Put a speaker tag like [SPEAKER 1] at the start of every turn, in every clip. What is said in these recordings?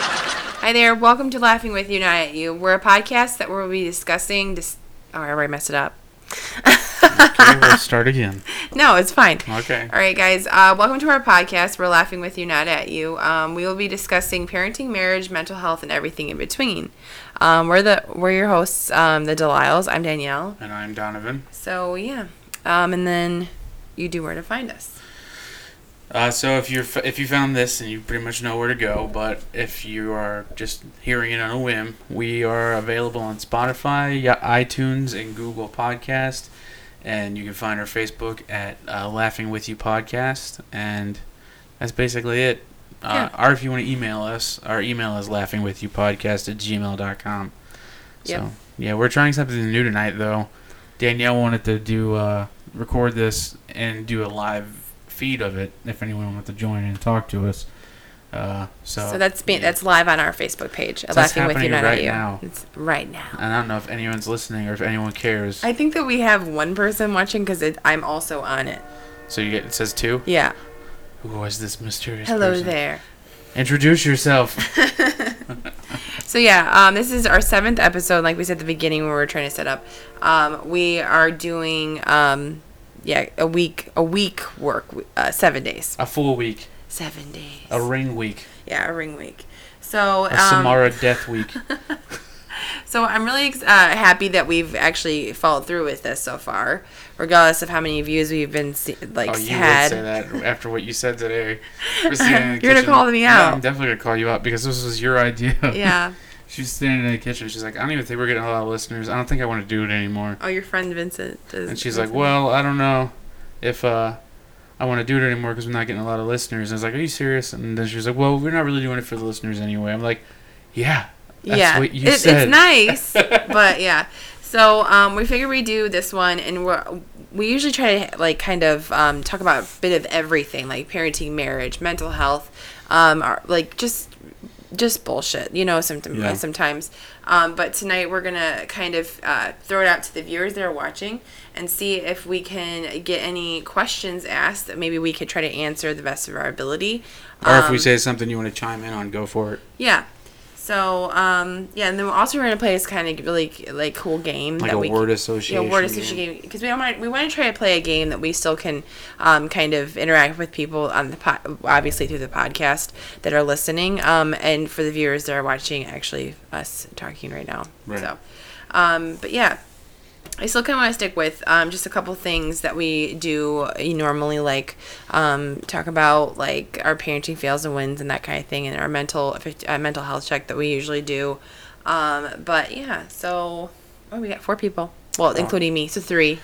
[SPEAKER 1] Hi there. Welcome to Laughing with You, Not at You. We're a podcast that we'll be discussing. Dis- oh, I already messed it up.
[SPEAKER 2] Okay, we'll start again.
[SPEAKER 1] No, it's fine.
[SPEAKER 2] Okay.
[SPEAKER 1] All right, guys. Uh, welcome to our podcast. We're laughing with you, not at you. Um, we will be discussing parenting, marriage, mental health, and everything in between. Um, we're the we're your hosts, um, the Deliles. I'm Danielle.
[SPEAKER 2] And I'm Donovan.
[SPEAKER 1] So yeah, um, and then you do where to find us.
[SPEAKER 2] Uh, so if you're f- if you found this and you pretty much know where to go, but if you are just hearing it on a whim, we are available on Spotify, y- iTunes, and Google Podcast, and you can find our Facebook at uh, Laughing with You Podcast, and that's basically it. Uh, Or if you want to email us, our email is laughingwithyoupodcast at gmail.com.
[SPEAKER 1] Yep.
[SPEAKER 2] So yeah, we're trying something new tonight though. Danielle wanted to do uh, record this and do a live feed of it if anyone wanted to join and talk to us. Uh, so,
[SPEAKER 1] So, that's being
[SPEAKER 2] yeah.
[SPEAKER 1] that's live on our Facebook page.
[SPEAKER 2] So that's
[SPEAKER 1] laughing with you,
[SPEAKER 2] happening
[SPEAKER 1] not
[SPEAKER 2] right
[SPEAKER 1] at you.
[SPEAKER 2] now.
[SPEAKER 1] It's right now.
[SPEAKER 2] And I don't know if anyone's listening or if anyone cares.
[SPEAKER 1] I think that we have one person watching because I'm also on it.
[SPEAKER 2] so you get it says two.
[SPEAKER 1] Yeah.
[SPEAKER 2] Who is this mysterious?
[SPEAKER 1] Hello
[SPEAKER 2] person?
[SPEAKER 1] there.
[SPEAKER 2] Introduce yourself.
[SPEAKER 1] So yeah, um, this is our seventh episode. Like we said at the beginning, when we were trying to set up, um, we are doing um, yeah a week a week work uh, seven days
[SPEAKER 2] a full week,
[SPEAKER 1] seven days
[SPEAKER 2] a ring week,
[SPEAKER 1] yeah a ring week. So
[SPEAKER 2] a
[SPEAKER 1] um,
[SPEAKER 2] Samara death week.
[SPEAKER 1] so I'm really ex- uh, happy that we've actually followed through with this so far, regardless of how many views we've been see- like
[SPEAKER 2] Oh, you
[SPEAKER 1] had.
[SPEAKER 2] would say that after what you said today. Christina in the
[SPEAKER 1] You're gonna
[SPEAKER 2] kitchen.
[SPEAKER 1] call me
[SPEAKER 2] Yeah,
[SPEAKER 1] out.
[SPEAKER 2] I'm definitely gonna call you out because this was your idea.
[SPEAKER 1] Yeah.
[SPEAKER 2] She's standing in the kitchen. She's like, I don't even think we're getting a lot of listeners. I don't think I want to do it anymore.
[SPEAKER 1] Oh, your friend Vincent. Is,
[SPEAKER 2] And she's like,
[SPEAKER 1] Vincent.
[SPEAKER 2] Well, I don't know if uh, I want to do it anymore because we're not getting a lot of listeners. And I was like, Are you serious? And then she's like, Well, we're not really doing it for the listeners anyway. I'm like, Yeah, that's
[SPEAKER 1] yeah,
[SPEAKER 2] what you
[SPEAKER 1] it,
[SPEAKER 2] said.
[SPEAKER 1] it's nice, but yeah. So um, we figure we do this one, and we are we usually try to like kind of um, talk about a bit of everything, like parenting, marriage, mental health, um, our, like just just bullshit, you know. Sometimes,
[SPEAKER 2] Yeah.
[SPEAKER 1] sometimes. Um, but tonight we're gonna kind of uh, throw it out to the viewers that are watching and see if we can get any questions asked that maybe we could try to answer the best of our ability.
[SPEAKER 2] Or if
[SPEAKER 1] Um,
[SPEAKER 2] we say something you want to chime in on, go for it.
[SPEAKER 1] Yeah. So, um, yeah, and then we're also going to play this kind of really like cool game
[SPEAKER 2] Like a
[SPEAKER 1] we
[SPEAKER 2] word
[SPEAKER 1] can-
[SPEAKER 2] association.
[SPEAKER 1] yeah, word
[SPEAKER 2] game.
[SPEAKER 1] association game because we don't want we want to try to play a game that we still can um, kind of interact with people on the po- obviously through the podcast that are listening um, and for the viewers that are watching actually us talking right now.
[SPEAKER 2] Right.
[SPEAKER 1] So, um, but yeah. I still kind of want to stick with um, just a couple things that we do uh, normally, like um, talk about like our parenting fails and wins and that kind of thing, and our mental uh, mental health check that we usually do. Um, but yeah, so oh, we got four people, well, including me, so three.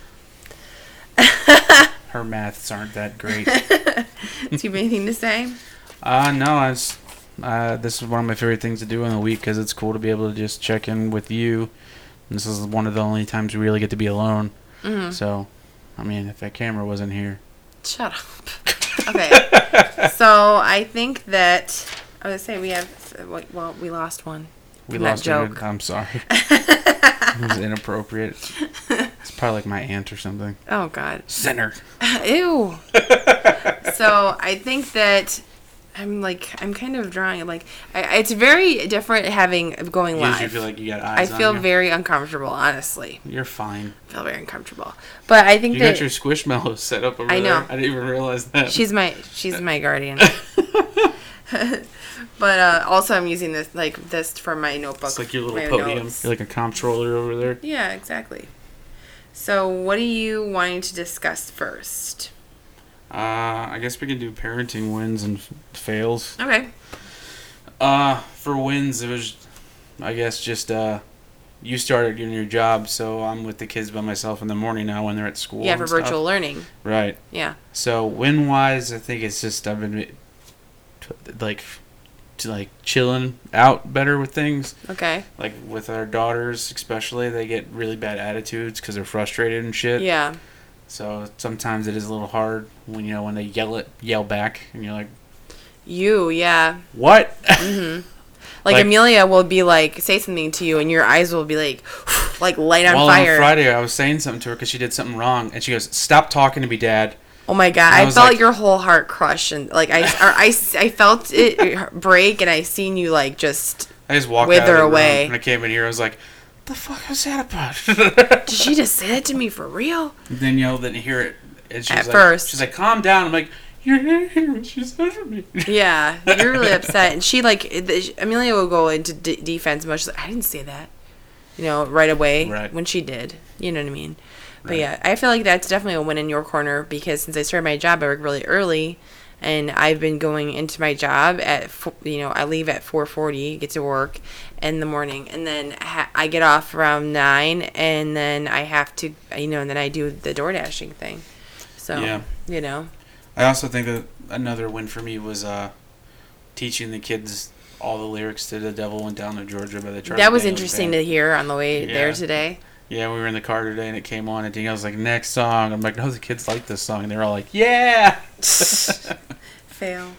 [SPEAKER 2] Her maths aren't that great.
[SPEAKER 1] Do you have anything to say?
[SPEAKER 2] Uh, no, I was, uh, this is one of my favorite things to do in the week because it's cool to be able to just check in with you. And this is one of the only times we really get to be alone.
[SPEAKER 1] Mm-hmm.
[SPEAKER 2] So, I mean, if that camera wasn't here,
[SPEAKER 1] Shut up. Okay, so I think that I was gonna say we have well, we lost one.
[SPEAKER 2] we
[SPEAKER 1] From that
[SPEAKER 2] lost her.
[SPEAKER 1] joke.
[SPEAKER 2] I'm sorry. it was inappropriate. It's probably like my aunt or something.
[SPEAKER 1] Oh God.
[SPEAKER 2] Sinner.
[SPEAKER 1] Ew. so I think that I'm like I'm kind of drawing like I, it's very different having going live.
[SPEAKER 2] You feel like you got
[SPEAKER 1] I
[SPEAKER 2] eyes
[SPEAKER 1] feel
[SPEAKER 2] on you.
[SPEAKER 1] very uncomfortable, honestly.
[SPEAKER 2] You're fine.
[SPEAKER 1] I feel very uncomfortable. But I think
[SPEAKER 2] You
[SPEAKER 1] that
[SPEAKER 2] got your squishmallows set up over
[SPEAKER 1] I know.
[SPEAKER 2] there. I didn't even realize that.
[SPEAKER 1] she's my she's my guardian. but uh, also I'm using this like this for my notebook.
[SPEAKER 2] it's like your little
[SPEAKER 1] my
[SPEAKER 2] podium.
[SPEAKER 1] notes.
[SPEAKER 2] You're like a comptroller over there.
[SPEAKER 1] Yeah, exactly. So what are you wanting to discuss first?
[SPEAKER 2] Uh, I guess we can do parenting wins and f- fails.
[SPEAKER 1] Okay.
[SPEAKER 2] Uh, for wins, it was, I guess, just uh, you started doing your job, so I'm with the kids by myself in the morning now when they're at school.
[SPEAKER 1] yeah,
[SPEAKER 2] and
[SPEAKER 1] for
[SPEAKER 2] stuff.
[SPEAKER 1] virtual learning.
[SPEAKER 2] Right.
[SPEAKER 1] Yeah.
[SPEAKER 2] So win wise, I think it's just I've been t- like, to like chilling out better with things.
[SPEAKER 1] Okay.
[SPEAKER 2] Like with our daughters, especially, they get really bad attitudes because they're frustrated and shit.
[SPEAKER 1] Yeah.
[SPEAKER 2] So sometimes it is a little hard when you know when they yell it, yell back, and you're like,
[SPEAKER 1] You, yeah.
[SPEAKER 2] what?
[SPEAKER 1] Like,
[SPEAKER 2] Like-
[SPEAKER 1] Amelia will be like say something to you, and your eyes will be like, like light on
[SPEAKER 2] well,
[SPEAKER 1] fire.
[SPEAKER 2] on Friday, I was saying something to her because she did something wrong, and she goes, "Stop talking to me, Dad."
[SPEAKER 1] oh my god!
[SPEAKER 2] And I
[SPEAKER 1] I,
[SPEAKER 2] was
[SPEAKER 1] felt
[SPEAKER 2] like-
[SPEAKER 1] your whole heart crush, and like I, or I, I felt it break, and I seen you like just
[SPEAKER 2] I I just walked
[SPEAKER 1] Wither
[SPEAKER 2] out of the
[SPEAKER 1] away.
[SPEAKER 2] Room and I came in here. I was like, "The fuck was that about?"
[SPEAKER 1] Did she just say that to me for real?
[SPEAKER 2] Danielle didn't hear it. And she
[SPEAKER 1] At
[SPEAKER 2] was like,
[SPEAKER 1] first.
[SPEAKER 2] she's like, "Calm down." I'm like, "You didn't hear what she said to me."
[SPEAKER 1] Yeah, you're really upset. And she like the, Amelia will go into d- defense mode. She's like, I didn't say that, you know, right away
[SPEAKER 2] Right.
[SPEAKER 1] when she did. You know what I mean? But
[SPEAKER 2] Right.
[SPEAKER 1] yeah, I feel like that's definitely a win in your corner because since I started my job, I work really early, and I've been going into my job at fo- you know I leave at four forty, get to work in the morning, and then ha- I get off around nine, and then I have to you know, and then I do the door dashing thing. So
[SPEAKER 2] Yeah.
[SPEAKER 1] you know,
[SPEAKER 2] I also think that another win for me was uh, teaching the kids all the lyrics to "The Devil Went Down to Georgia" by the Charlie
[SPEAKER 1] that was
[SPEAKER 2] Daniels
[SPEAKER 1] interesting
[SPEAKER 2] Band.
[SPEAKER 1] to hear on the way there
[SPEAKER 2] Yeah.
[SPEAKER 1] today.
[SPEAKER 2] Yeah, we were in the car today and it came on and Danielle's like, next song. I'm like, no, the kids like this song. And they're all like, yeah.
[SPEAKER 1] fail.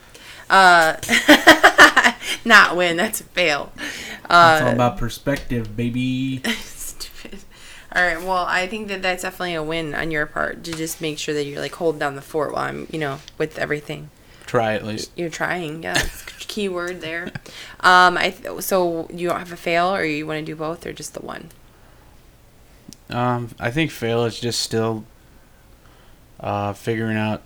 [SPEAKER 1] Uh, not win. That's a fail.
[SPEAKER 2] it's all about perspective, baby.
[SPEAKER 1] Stupid. All right. Well, I think that that's definitely a win on your part to just make sure that you're like hold down the fort while I'm, you know, with everything
[SPEAKER 2] Try at least.
[SPEAKER 1] you're trying. Yeah, that's a key word there. Um, I th- so you don't have a fail, or you want to do both, or just the one.
[SPEAKER 2] Um, I think fail is just still uh, figuring out.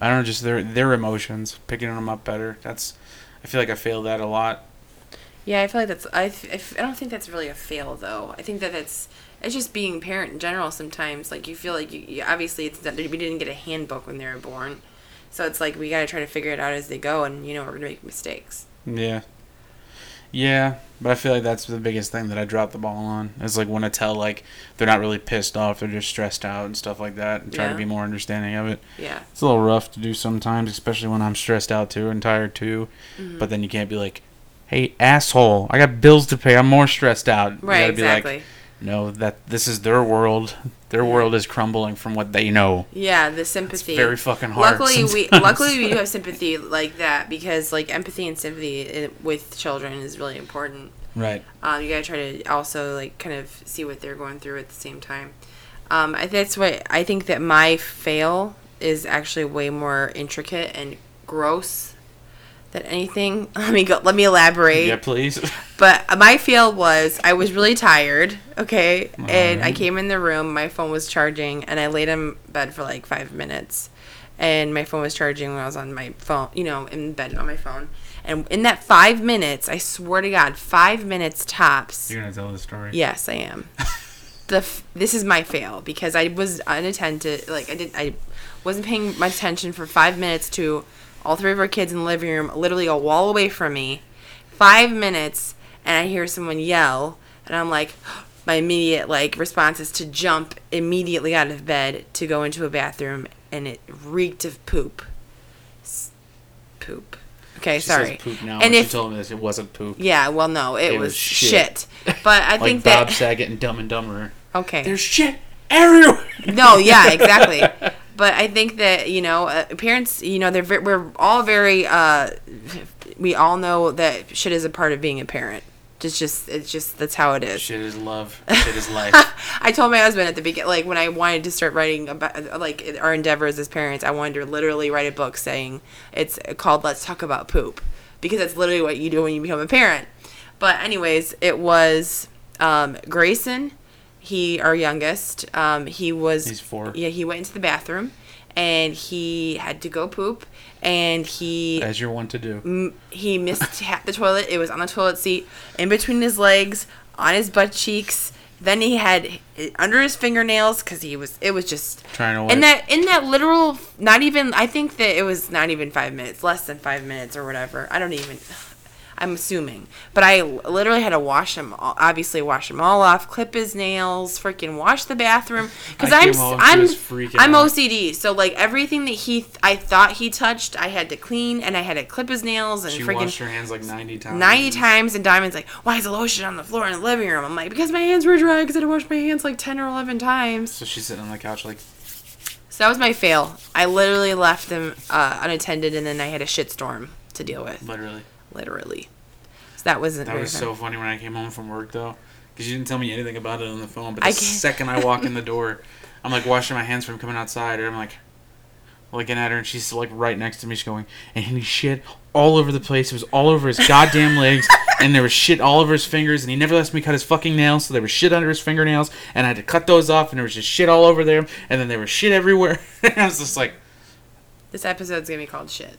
[SPEAKER 2] I don't know, just their their emotions, picking them up better. That's, I feel like I failed that a lot.
[SPEAKER 1] Yeah, I feel like that's. I, f- I f- I don't think that's really a fail though. I think that that's. It's just being a parent in general. Sometimes, like you feel like you, you obviously it's not, we didn't get a handbook when they were born, so it's like we gotta try to figure it out as they go, and you know we're gonna make mistakes.
[SPEAKER 2] Yeah. Yeah, but I feel like that's the biggest thing that I dropped the ball on. Is like when I tell like they're not really pissed off, they're just stressed out and stuff like that, and try
[SPEAKER 1] Yeah.
[SPEAKER 2] to be more understanding of it.
[SPEAKER 1] Yeah,
[SPEAKER 2] It's a little rough to do sometimes, especially when I'm stressed out too and tired too.
[SPEAKER 1] Mm-hmm.
[SPEAKER 2] But then you can't be like, "Hey, asshole, I got bills to pay. I'm more stressed out." You
[SPEAKER 1] right,
[SPEAKER 2] gotta be like,
[SPEAKER 1] exactly.
[SPEAKER 2] no, that this is their world. Their world is crumbling from what they know.
[SPEAKER 1] yeah, the sympathy.
[SPEAKER 2] Very fucking hard.
[SPEAKER 1] Luckily, we
[SPEAKER 2] sometimes.
[SPEAKER 1] luckily we do have sympathy like that because like empathy and sympathy i with children is really important.
[SPEAKER 2] right.
[SPEAKER 1] Um, you gotta try to also like kind of see what they're going through at the same time. Um, I, that's what I think that my fail is actually way more intricate and gross than anything. Let me go. Let me elaborate.
[SPEAKER 2] Yeah, please.
[SPEAKER 1] But my fail was I was really tired, okay? And I came in the room, my phone was charging, and I laid in bed for like five minutes. And my phone was charging when I was on my phone, you know, in bed on my phone. And in that five minutes, I swear to God, five minutes tops.
[SPEAKER 2] You're gonna tell the story.
[SPEAKER 1] Yes, I am. the f- this is my fail because I was unattentive. Like I did, I wasn't paying my attention for five minutes to all three of our kids in the living room, literally a wall away from me. Five minutes, and I hear someone yell, and I'm like, my immediate like response is to jump immediately out of bed to go into a bathroom, and it reeked of poop. S- poop. Okay,
[SPEAKER 2] She
[SPEAKER 1] sorry.
[SPEAKER 2] Says poop now,
[SPEAKER 1] and
[SPEAKER 2] and she
[SPEAKER 1] if
[SPEAKER 2] told me this, it wasn't poop.
[SPEAKER 1] yeah, well, no, it,
[SPEAKER 2] It
[SPEAKER 1] was,
[SPEAKER 2] was shit.
[SPEAKER 1] shit. But I
[SPEAKER 2] like
[SPEAKER 1] think
[SPEAKER 2] Bob
[SPEAKER 1] that
[SPEAKER 2] Saget and Dumb and Dumber.
[SPEAKER 1] okay.
[SPEAKER 2] There's shit everywhere.
[SPEAKER 1] No, yeah, exactly. but I think that you know, uh, parents, you know, they're ve- we're all very. Uh, we all know that shit is a part of being a parent. It's just, it's just that's how it is.
[SPEAKER 2] Shit is love. Shit is life.
[SPEAKER 1] I told my husband at the beginning, like when I wanted to start writing about like our endeavors as parents, I wanted to literally write a book saying it's called "Let's Talk About Poop" because that's literally what you do when you become a parent. But anyways, it was um, Grayson, he our youngest. Um, he was
[SPEAKER 2] He's four.
[SPEAKER 1] Yeah, he went into the bathroom and he had to go poop and he
[SPEAKER 2] As you're one to do.
[SPEAKER 1] m- he missed ha- the toilet. It was on the toilet seat, in between his legs, on his butt cheeks. Then he had it under his fingernails because he was. It was just
[SPEAKER 2] Trying to
[SPEAKER 1] in
[SPEAKER 2] wipe.
[SPEAKER 1] that in that literal. Not even. I think that it was not even five minutes, less than five minutes or whatever. I don't even. I'm assuming, but I l- literally had to wash him. All, obviously, wash him all off, clip his nails, freaking wash the bathroom. Because
[SPEAKER 2] I
[SPEAKER 1] I'm
[SPEAKER 2] came
[SPEAKER 1] s-
[SPEAKER 2] home
[SPEAKER 1] I'm
[SPEAKER 2] just freaking
[SPEAKER 1] I'm
[SPEAKER 2] out.
[SPEAKER 1] OCD, so like everything that he th- I thought he touched, I had to clean and I had to clip his nails and
[SPEAKER 2] She
[SPEAKER 1] freaking
[SPEAKER 2] washed her hands like 90 times.
[SPEAKER 1] ninety times. And Diamond's like, "Why is the lotion on the floor in the living room?" I'm like, "Because my hands were dry because I had to wash my hands like ten or eleven times."
[SPEAKER 2] So she's sitting on the couch like,
[SPEAKER 1] So that was my fail. I literally left them uh, unattended, and then I had a shitstorm to deal with,
[SPEAKER 2] literally.
[SPEAKER 1] literally. So that wasn't.
[SPEAKER 2] That
[SPEAKER 1] very
[SPEAKER 2] was
[SPEAKER 1] fun.
[SPEAKER 2] so funny when I came home from work though, because you didn't tell me anything about it on the phone. But the
[SPEAKER 1] I can't-
[SPEAKER 2] second I walk in the door, I'm like washing my hands from coming outside, and I'm like, looking at her, and she's like right next to me. She's going, and he shit all over the place. It was all over his goddamn legs, and there was shit all over his fingers. And he never lets me cut his fucking nails, so there was shit under his fingernails, and I had to cut those off. And there was just shit all over there, and then there was shit everywhere. and I was just like,
[SPEAKER 1] This episode's gonna be called shit.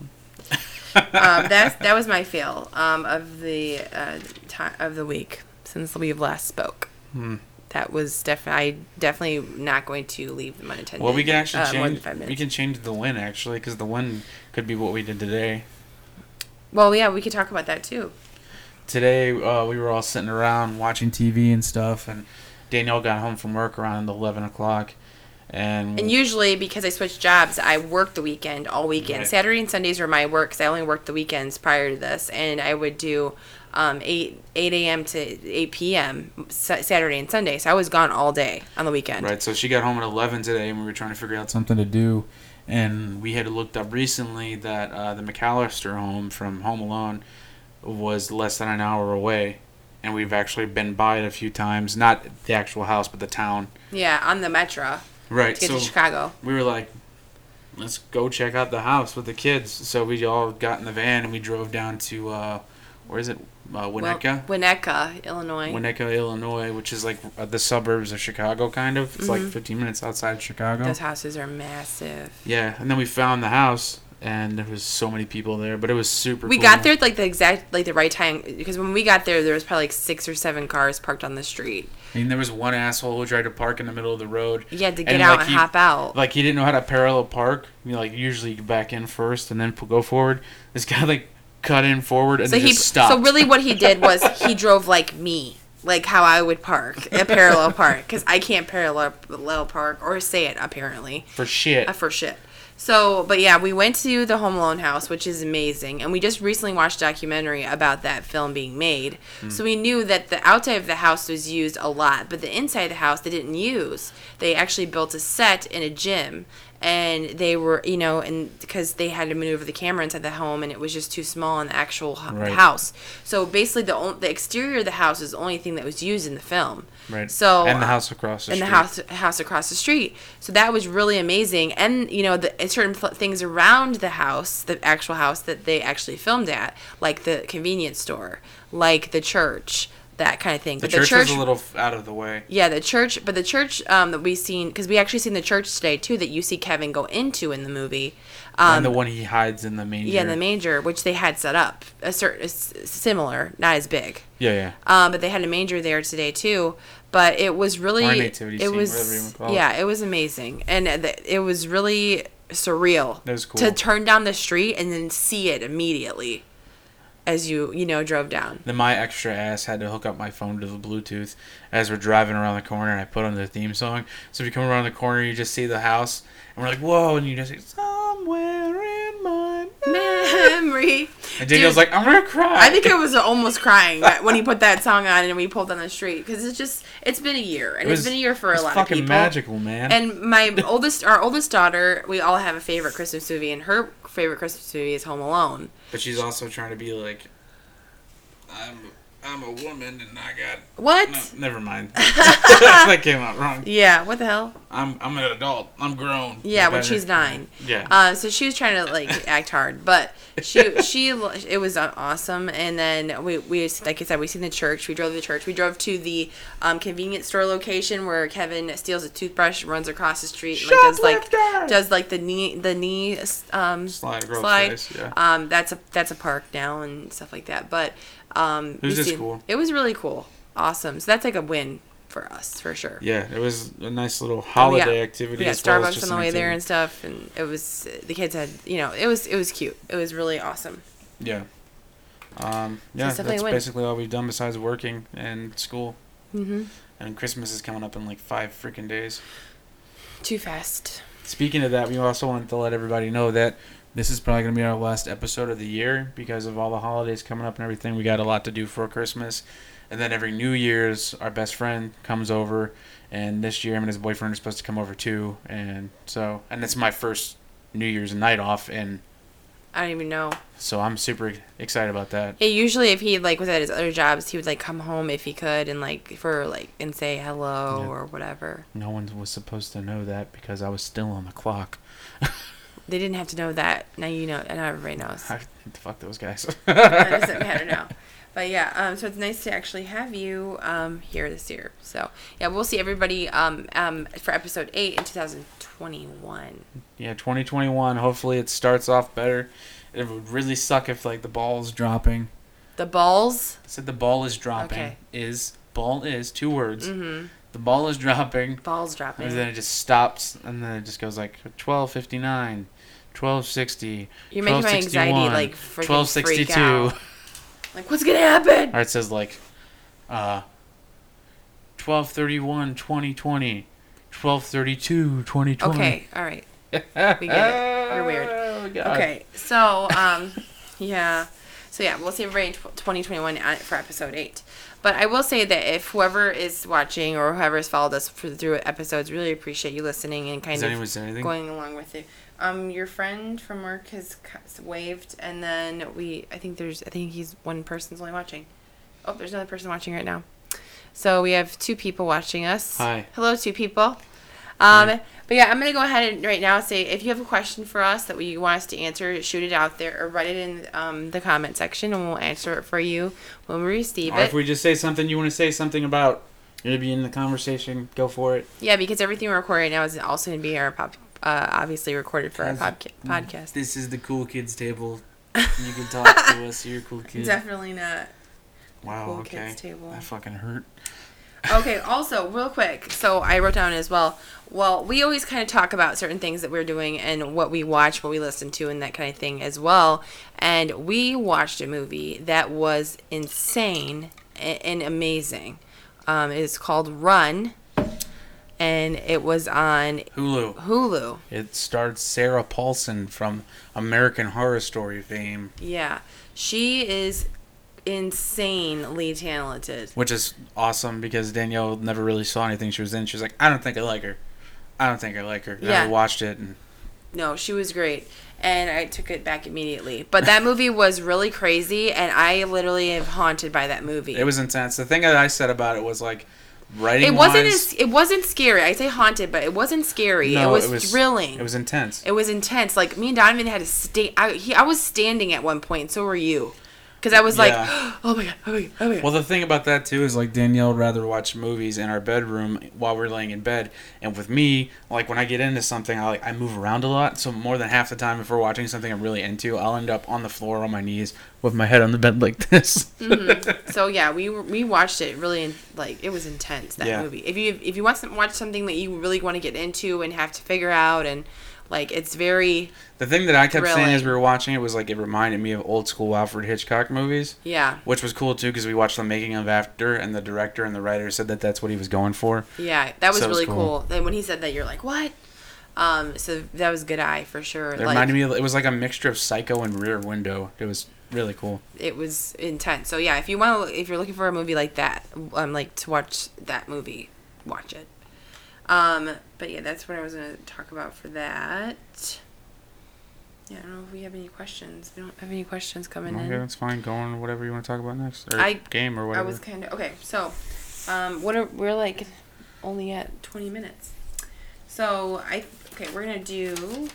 [SPEAKER 1] um, that's that was my fail um, of the uh, time of the week since we've last spoke.
[SPEAKER 2] Hmm.
[SPEAKER 1] That was definitely I definitely not going to leave them unattended.
[SPEAKER 2] well, we can actually
[SPEAKER 1] uh, more than
[SPEAKER 2] change.
[SPEAKER 1] five minutes.
[SPEAKER 2] We can change the win actually, because the win could be what we did today.
[SPEAKER 1] well, yeah, we could talk about that too.
[SPEAKER 2] today uh, we were all sitting around watching TV and stuff, and Danielle got home from work around eleven o'clock, and,
[SPEAKER 1] And usually, because I switched jobs, I worked the weekend all weekend.
[SPEAKER 2] Right.
[SPEAKER 1] Saturday and Sundays were my work 'cause I only worked the weekends prior to this, and I would do um, eight eight a.m. to eight p.m. Sa- Saturday and Sunday. So I was gone all day on the weekend.
[SPEAKER 2] right, so she got home at eleven today, and we were trying to figure out something to do, and we had looked up recently that uh, the McAllister home from Home Alone was less than an hour away, and we've actually been by it a few times, not the actual house, but the town.
[SPEAKER 1] Yeah, on the metro
[SPEAKER 2] Right,
[SPEAKER 1] to get
[SPEAKER 2] so
[SPEAKER 1] to Chicago.
[SPEAKER 2] we were like, let's go check out the house with the kids. So we all got in the van and we drove down to, uh, where is it? Uh,
[SPEAKER 1] Well,
[SPEAKER 2] Winnetka?
[SPEAKER 1] Winnetka, Illinois.
[SPEAKER 2] Winnetka, Illinois, which is like uh, the suburbs of Chicago, kind of. It's
[SPEAKER 1] Mm-hmm.
[SPEAKER 2] like 15 minutes outside of Chicago.
[SPEAKER 1] Those houses are massive.
[SPEAKER 2] yeah, and then we found the house and there was so many people there, but it was super
[SPEAKER 1] We
[SPEAKER 2] cool.
[SPEAKER 1] got there at like the exact like the right time because when we got there, there was probably like six or seven cars parked on the street.
[SPEAKER 2] I mean, there was one asshole who tried to park in the middle of the road.
[SPEAKER 1] You had to
[SPEAKER 2] And,
[SPEAKER 1] get out
[SPEAKER 2] like,
[SPEAKER 1] and
[SPEAKER 2] he-
[SPEAKER 1] hop out.
[SPEAKER 2] Like he didn't know how to parallel park. You know, like usually you back in first and then p- go forward. This guy like cut in forward and
[SPEAKER 1] So
[SPEAKER 2] then
[SPEAKER 1] he
[SPEAKER 2] just stopped.
[SPEAKER 1] so really what he did was he drove like me, like how I would park a parallel park because I can't parallel parallel park or say it apparently
[SPEAKER 2] for shit.
[SPEAKER 1] uh, for shit. So, but yeah, we went to the Home Alone house, which is amazing, and we just recently watched a documentary about that film being made.
[SPEAKER 2] Hmm.
[SPEAKER 1] So we knew that the outside of the house was used a lot, but the inside of the house they didn't use. They actually built a set in a gym, and they were, you know, and because they had to maneuver the camera inside the home, and it was just too small in the actual hu-
[SPEAKER 2] Right.
[SPEAKER 1] house. So basically, the on- the exterior of the house is the only thing that was used in the film.
[SPEAKER 2] Right.
[SPEAKER 1] So
[SPEAKER 2] and the
[SPEAKER 1] uh,
[SPEAKER 2] house across the
[SPEAKER 1] in
[SPEAKER 2] street.
[SPEAKER 1] the house house across the street. So that was really amazing. And you know, the certain pl- things around the house, the actual house that they actually filmed at, like the convenience store, like the church, that kind of thing.
[SPEAKER 2] The
[SPEAKER 1] but
[SPEAKER 2] church, was a little f- out of the way.
[SPEAKER 1] yeah, the church, but the church um, that we seen because we actually seen the church today too that you see Kevin go into in the movie. Um,
[SPEAKER 2] and the one he hides in the main.
[SPEAKER 1] yeah, the manger, which they had set up a certain s- similar, not as big.
[SPEAKER 2] Yeah, yeah.
[SPEAKER 1] Um, but they had a manger there today too. But it was really,
[SPEAKER 2] Or nativity
[SPEAKER 1] it
[SPEAKER 2] scene, whatever you wanna
[SPEAKER 1] was
[SPEAKER 2] call it.
[SPEAKER 1] yeah, it was amazing, and uh, th- it was really surreal.
[SPEAKER 2] That was cool.
[SPEAKER 1] to turn down the street and then see it immediately as you you know drove down.
[SPEAKER 2] Then my extra ass had to hook up my phone to the Bluetooth as we're driving around the corner, and I put on the theme song. So if you come around the corner, you just see the house, and we're like, "Whoa!" And you just say, "Somewhere in my." mind."
[SPEAKER 1] Memory.
[SPEAKER 2] And Daniel's
[SPEAKER 1] Dude,
[SPEAKER 2] like, "I'm gonna cry."
[SPEAKER 1] I think I was almost crying that- when he put that song on and we pulled down the street because it's just it's been a year and it's been a year for
[SPEAKER 2] it
[SPEAKER 1] a
[SPEAKER 2] was
[SPEAKER 1] lot of
[SPEAKER 2] fucking
[SPEAKER 1] people.
[SPEAKER 2] magical, man.
[SPEAKER 1] And my oldest, our oldest daughter, we all have a favorite Christmas movie, and her favorite Christmas movie is Home Alone.
[SPEAKER 2] but she's also trying to be like, "I'm, I'm a woman, and I got."
[SPEAKER 1] What?
[SPEAKER 2] No, never mind. that came out wrong.
[SPEAKER 1] Yeah, what the hell?
[SPEAKER 2] I'm I'm an adult. I'm grown.
[SPEAKER 1] Yeah, when
[SPEAKER 2] Better.
[SPEAKER 1] she's nine.
[SPEAKER 2] Yeah.
[SPEAKER 1] Uh, so she was trying to like act hard, but she she it was uh, awesome. And then we we like I said, we seen the church. We drove to the church. We drove to the um, convenience store location where Kevin steals a toothbrush, runs across the street, and, like does like
[SPEAKER 2] Shoplifter!
[SPEAKER 1] does like the knee the knee um,
[SPEAKER 2] Slide across the ice, yeah.
[SPEAKER 1] Um, that's a that's a park now and stuff like that. But um,
[SPEAKER 2] It was
[SPEAKER 1] we
[SPEAKER 2] just
[SPEAKER 1] seen-
[SPEAKER 2] cool.
[SPEAKER 1] It was really cool, awesome. So that's like a win for us for sure.
[SPEAKER 2] yeah, it was a nice little holiday
[SPEAKER 1] yeah.
[SPEAKER 2] activity.
[SPEAKER 1] We got
[SPEAKER 2] as well
[SPEAKER 1] Starbucks
[SPEAKER 2] as just
[SPEAKER 1] on
[SPEAKER 2] an
[SPEAKER 1] the way there and
[SPEAKER 2] activity.
[SPEAKER 1] stuff, and it was the kids had you know it was it was cute. It was really awesome.
[SPEAKER 2] yeah. Um, yeah,
[SPEAKER 1] it's definitely
[SPEAKER 2] that's
[SPEAKER 1] a win.
[SPEAKER 2] basically all we've done besides working and school. And Christmas is coming up in like five freaking days.
[SPEAKER 1] Too fast.
[SPEAKER 2] Speaking of that, we also wanted to let everybody know that this is probably going to be our last episode of the year because of all the holidays coming up and everything. We got a lot to do for Christmas. And then every New Year's, our best friend comes over. And this year, him and his boyfriend are supposed to come over too. And so, and it's my first New Year's night off. And
[SPEAKER 1] I don't even know.
[SPEAKER 2] so I'm super excited about that.
[SPEAKER 1] Yeah, usually if he like was at his other jobs, he would like come home if he could and like for like and say hello
[SPEAKER 2] Yeah.
[SPEAKER 1] or whatever.
[SPEAKER 2] No one was supposed to know that because I was still on the clock.
[SPEAKER 1] They didn't have to know that. Now you know. Now everybody knows.
[SPEAKER 2] I, fuck those guys.
[SPEAKER 1] that doesn't matter now. But yeah, um, so it's nice to actually have you um, here this year. So yeah, we'll see everybody um, um, for episode eight in 2021.
[SPEAKER 2] yeah, 2021. Hopefully, it starts off better. It would really suck if like the ball's dropping.
[SPEAKER 1] The balls.
[SPEAKER 2] I said the ball is dropping.
[SPEAKER 1] Okay. Mm.
[SPEAKER 2] Is ball is two words. The ball is dropping.
[SPEAKER 1] Mm-hmm. Balls dropping.
[SPEAKER 2] And then it just stops, and then it just goes like 1259, 1260,
[SPEAKER 1] You're making my anxiety,
[SPEAKER 2] 1261,
[SPEAKER 1] like, freaking freak
[SPEAKER 2] 1262.
[SPEAKER 1] out. Like what's gonna happen?
[SPEAKER 2] Or it says like uh, 1231, 2020, 1232, 2020.
[SPEAKER 1] Okay. All right. We get it. You're weird.
[SPEAKER 2] Oh, God.
[SPEAKER 1] Okay. So um, yeah. So yeah, we'll see everybody in tw- 2021 at- for episode eight. But I will say that if whoever is watching or whoever has followed us for, through episodes, really appreciate you listening and kind
[SPEAKER 2] Does
[SPEAKER 1] of
[SPEAKER 2] anyone say anything?
[SPEAKER 1] going along with it. Um, your friend from work has cu- waved, and then we. I think there's. I think he's one person's only watching. Oh, there's another person watching right now. So we have two people watching us.
[SPEAKER 2] Hi.
[SPEAKER 1] Hello, two people. Um, But yeah, I'm gonna go ahead and right now say if you have a question for us that you want us to answer, shoot it out there or write it in um, the comment section, and we'll answer it for you when we receive
[SPEAKER 2] Or
[SPEAKER 1] it.
[SPEAKER 2] if we just say something you want to say something about, you're going to be in the conversation, go for it.
[SPEAKER 1] yeah, because everything we're recording right now is also gonna be our pop, uh, obviously recorded for our
[SPEAKER 2] As-
[SPEAKER 1] podca- podcast.
[SPEAKER 2] This is the cool kids table. You can talk to us. You're a cool kid.
[SPEAKER 1] Definitely not.
[SPEAKER 2] Wow.
[SPEAKER 1] cool
[SPEAKER 2] okay.
[SPEAKER 1] kids table.
[SPEAKER 2] That fucking hurt.
[SPEAKER 1] okay also real quick so i wrote down as well well we always kind of talk about certain things that we're doing and what we watch what we listen to and that kind of thing as well and we watched a movie that was insane a- and amazing um, it's called run and it was on
[SPEAKER 2] Hulu.
[SPEAKER 1] hulu
[SPEAKER 2] It starred Sarah Paulson from American Horror Story fame,
[SPEAKER 1] yeah she is insanely talented
[SPEAKER 2] which is awesome because Danielle never really saw anything she was in. She was like, I don't think I like her. I don't think I like her. And
[SPEAKER 1] Yeah.
[SPEAKER 2] I watched it and
[SPEAKER 1] No, she was great. And I took it back immediately. But that movie was really crazy, and I literally am haunted by that movie.
[SPEAKER 2] it was intense. The thing that I said about it was like writing.
[SPEAKER 1] It wasn't
[SPEAKER 2] wise-
[SPEAKER 1] as, it wasn't scary. I say haunted, but it wasn't scary.
[SPEAKER 2] No,
[SPEAKER 1] it, was thrilling.
[SPEAKER 2] It was intense.
[SPEAKER 1] It was intense. Like me and Donovan had to stay. I, he, I was standing at one point. And so were you, because I was like,
[SPEAKER 2] Yeah.
[SPEAKER 1] oh my god, oh my god, oh my god.
[SPEAKER 2] Well, the thing about that too is like Danielle would rather watch movies in our bedroom while we're laying in bed, and with me, like when I get into something, I like I move around a lot, so more than half the time, if we're watching something I'm really into, I'll end up on the floor on my knees with my head on the bed like this.
[SPEAKER 1] so yeah, we were- we watched it really in- like it was intense that
[SPEAKER 2] Yeah.
[SPEAKER 1] movie. If you if you want to watch something that you really want to get into and have to figure out and like it's very
[SPEAKER 2] the thing that I kept saying as
[SPEAKER 1] Thrilling.
[SPEAKER 2] we were watching it was like it reminded me of old school Alfred Hitchcock movies.
[SPEAKER 1] yeah
[SPEAKER 2] Which was cool too, because we watched the making of after, and the director and the writer said that that's what he was going for.
[SPEAKER 1] Yeah, that was
[SPEAKER 2] So it was
[SPEAKER 1] really
[SPEAKER 2] cool.
[SPEAKER 1] cool. Then when he said that, you're like, what? Um, so that was good eye for sure.
[SPEAKER 2] It
[SPEAKER 1] like
[SPEAKER 2] reminded me, of, it was like a mixture of Psycho and Rear Window. It was really cool.
[SPEAKER 1] it was intense. So yeah, if you want, to, if you're looking for a movie like that, um, like to watch that movie, watch it. Um, but yeah, that's what I was gonna talk about for that. Yeah, I don't know if we have any questions. We don't have any questions coming
[SPEAKER 2] Okay,
[SPEAKER 1] in.
[SPEAKER 2] that's fine. Go on, whatever you want to talk about next, or
[SPEAKER 1] I-
[SPEAKER 2] game, or
[SPEAKER 1] I
[SPEAKER 2] whatever.
[SPEAKER 1] was kind of okay. So, um, what are we're like only at twenty minutes. So I okay, we're gonna do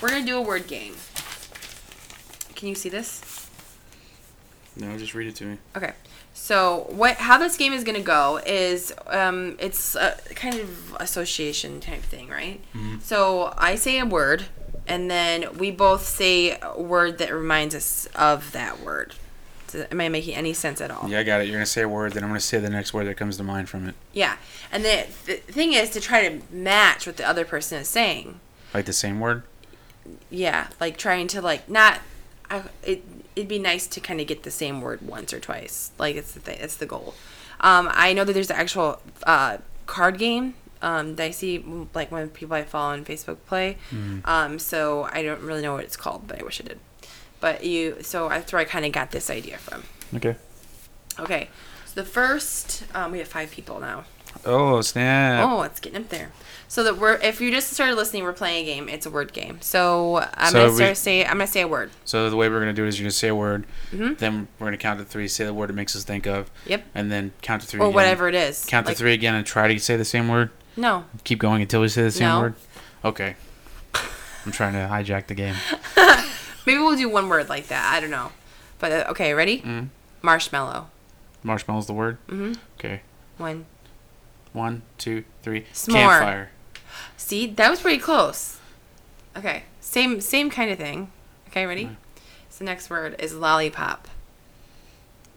[SPEAKER 1] we're gonna do a word game. Can you see this?
[SPEAKER 2] No, just read it to me.
[SPEAKER 1] Okay. So what how this game is gonna go is um, it's a kind of association type thing, right? So I say a word, and then we both say a word that reminds us of that word. So, am I making any sense at all?
[SPEAKER 2] Yeah, I got it. You're gonna say a word, then I'm gonna say the next word that comes to mind from it,
[SPEAKER 1] Yeah, and the, the thing is to try to match what the other person is saying.
[SPEAKER 2] like the same word.
[SPEAKER 1] Yeah, like trying to like not. I, it it'd be nice to kind of get the same word once or twice. Like it's the thing. It's the goal. Um, I know that there's the actual uh, card game. Um, that I see like when people I follow on Facebook play. Um, so I don't really know what it's called, but I wish I did. But you, so that's where I kind of got this idea from.
[SPEAKER 2] Okay.
[SPEAKER 1] Okay, so the first um, we have five people now.
[SPEAKER 2] Oh snap!
[SPEAKER 1] Oh, it's getting up there. So that we're if you just started listening, we're playing a game. It's a word game. So I'm
[SPEAKER 2] So
[SPEAKER 1] gonna
[SPEAKER 2] we-
[SPEAKER 1] start say I'm gonna say a word.
[SPEAKER 2] So the way we're gonna do it is you're gonna say a word,
[SPEAKER 1] Mm-hmm.
[SPEAKER 2] then we're gonna count to three, say the word it makes us think of,
[SPEAKER 1] Yep.
[SPEAKER 2] and then count to three.
[SPEAKER 1] Or
[SPEAKER 2] again.
[SPEAKER 1] whatever it is.
[SPEAKER 2] Count
[SPEAKER 1] Like,
[SPEAKER 2] to three again and try to say the same word.
[SPEAKER 1] No.
[SPEAKER 2] Keep going until we say the same
[SPEAKER 1] No.
[SPEAKER 2] word. Okay. I'm trying to hijack the game.
[SPEAKER 1] Maybe we'll do one word like that. I don't know. But uh, okay, ready?
[SPEAKER 2] Mm.
[SPEAKER 1] Marshmallow.
[SPEAKER 2] Marshmallow's the word.
[SPEAKER 1] hmm
[SPEAKER 2] Okay.
[SPEAKER 1] One.
[SPEAKER 2] One, two, three.
[SPEAKER 1] S'more.
[SPEAKER 2] Campfire.
[SPEAKER 1] See, that was pretty close. Okay, same same kind of thing. Okay, ready?
[SPEAKER 2] Yeah.
[SPEAKER 1] So next word is lollipop.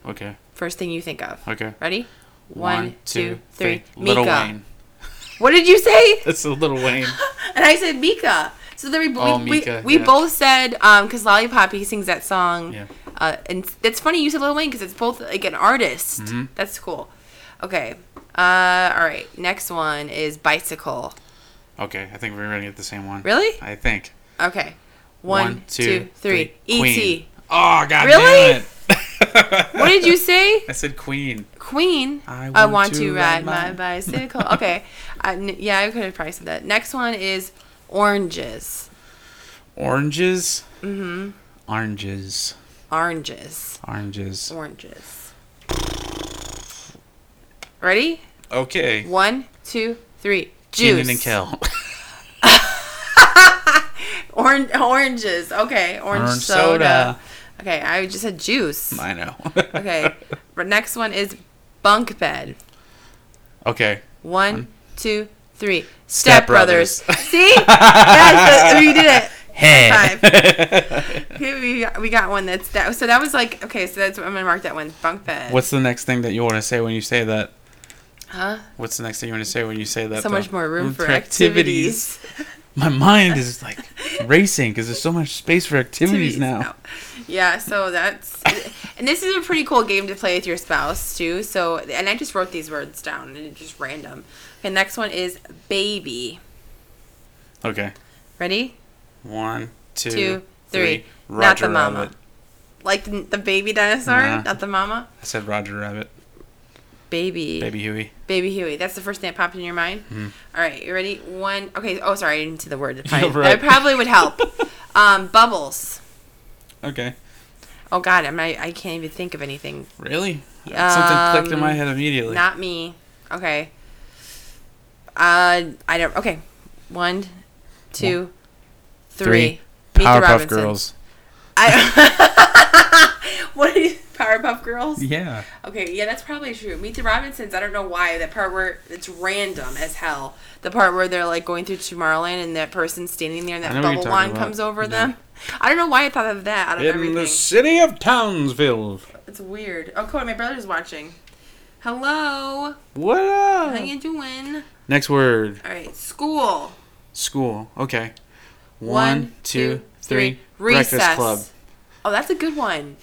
[SPEAKER 2] Okay.
[SPEAKER 1] First thing you think of.
[SPEAKER 2] Okay.
[SPEAKER 1] Ready?
[SPEAKER 2] One, two, three.
[SPEAKER 1] Mika.
[SPEAKER 2] Little Wayne.
[SPEAKER 1] What did you say?
[SPEAKER 2] That's a Little Wayne.
[SPEAKER 1] And I said Mika. So then we we,
[SPEAKER 2] Oh,
[SPEAKER 1] we,
[SPEAKER 2] Mika,
[SPEAKER 1] we
[SPEAKER 2] yeah.
[SPEAKER 1] both said um because Lollipop he sings that song.
[SPEAKER 2] Yeah.
[SPEAKER 1] Uh, and that's funny you said Lil Wayne because it's both like an artist.
[SPEAKER 2] Mhm.
[SPEAKER 1] That's cool. Okay. Uh, all right. Next one is bicycle.
[SPEAKER 2] Okay, I think we're gonna get the same one.
[SPEAKER 1] Really?
[SPEAKER 2] I think.
[SPEAKER 1] Okay. One, two, three. E E.T.
[SPEAKER 2] Queen. Oh god
[SPEAKER 1] Really?
[SPEAKER 2] damn it.
[SPEAKER 1] What did you say?
[SPEAKER 2] I said Queen.
[SPEAKER 1] Queen.
[SPEAKER 2] I
[SPEAKER 1] I want,
[SPEAKER 2] want
[SPEAKER 1] to, ride, my bicycle. okay. I, n- yeah, I could have probably said that. Next one is oranges.
[SPEAKER 2] Oranges. Mm-hmm. Oranges.
[SPEAKER 1] Oranges.
[SPEAKER 2] Oranges.
[SPEAKER 1] Oranges. Ready?
[SPEAKER 2] Okay.
[SPEAKER 1] One, two, three. Juice.
[SPEAKER 2] Keenan and Kel.
[SPEAKER 1] Orange, oranges. Okay. Orange,
[SPEAKER 2] Orange
[SPEAKER 1] soda.
[SPEAKER 2] soda.
[SPEAKER 1] Okay. I just said juice.
[SPEAKER 2] I know.
[SPEAKER 1] Okay. but next one is bunk bed.
[SPEAKER 2] okay.
[SPEAKER 1] One, two, three. Step
[SPEAKER 2] Step
[SPEAKER 1] Brothers.
[SPEAKER 2] Brothers.
[SPEAKER 1] See? Yes, we did it.
[SPEAKER 2] Hey.
[SPEAKER 1] Okay, we got, we got one that's that. So that was like okay. So that's I'm gonna mark that one. Bunk bed.
[SPEAKER 2] What's the next thing that you want to say when you say that?
[SPEAKER 1] huh?
[SPEAKER 2] What's the next thing you want to say when you say that?
[SPEAKER 1] So
[SPEAKER 2] though?
[SPEAKER 1] much more room for
[SPEAKER 2] Mm,
[SPEAKER 1] activities.
[SPEAKER 2] My mind is like racing because there's so much space for activities,
[SPEAKER 1] Activities
[SPEAKER 2] now.
[SPEAKER 1] Yeah. So that's and this is a pretty cool game to play with your spouse too. So and I just wrote these words down and it's just random. Okay. Next one is baby.
[SPEAKER 2] Okay.
[SPEAKER 1] Ready?
[SPEAKER 2] One, two, three.
[SPEAKER 1] Two, three. Not
[SPEAKER 2] Roger
[SPEAKER 1] the mama.
[SPEAKER 2] Rabbit.
[SPEAKER 1] Like the, the baby dinosaur,
[SPEAKER 2] Uh-huh.
[SPEAKER 1] not the mama.
[SPEAKER 2] I said Roger Rabbit.
[SPEAKER 1] Baby.
[SPEAKER 2] Baby Huey.
[SPEAKER 1] Baby Huey. That's the first thing that popped in your mind. All right, you ready? One. Okay. Oh, sorry, I didn't see the word. That probably,
[SPEAKER 2] You're right.
[SPEAKER 1] that probably would help. um, bubbles.
[SPEAKER 2] Okay.
[SPEAKER 1] Oh God, I'm. I, I can't even think of anything.
[SPEAKER 2] Really? Something clicked in my
[SPEAKER 1] Um,
[SPEAKER 2] head immediately.
[SPEAKER 1] Not me. Okay. Uh, I don't. Okay. One, two, three.
[SPEAKER 2] Three.
[SPEAKER 1] Meet the
[SPEAKER 2] Powerpuff
[SPEAKER 1] Robinsons.
[SPEAKER 2] Girls.
[SPEAKER 1] I, what are you, Powerpuff Girls?
[SPEAKER 2] Yeah.
[SPEAKER 1] Okay, yeah, that's probably true. Meet the Robinsons. I don't know why that part where it's random as hell. The part where they're like going through Tomorrowland and that person standing there and
[SPEAKER 2] I
[SPEAKER 1] that
[SPEAKER 2] know what you're
[SPEAKER 1] bubble
[SPEAKER 2] talking
[SPEAKER 1] wand
[SPEAKER 2] about.
[SPEAKER 1] comes over
[SPEAKER 2] Yeah.
[SPEAKER 1] them. I don't know why I thought of that out of everything.
[SPEAKER 2] city of Townsville.
[SPEAKER 1] It's weird. Oh, cool. My brother's watching. Hello.
[SPEAKER 2] What
[SPEAKER 1] How
[SPEAKER 2] up?
[SPEAKER 1] you doing?
[SPEAKER 2] Next word.
[SPEAKER 1] All right. School.
[SPEAKER 2] School. Okay.
[SPEAKER 1] One,
[SPEAKER 2] One, two, three.
[SPEAKER 1] Recess.
[SPEAKER 2] Breakfast Club.
[SPEAKER 1] Oh, that's a good one.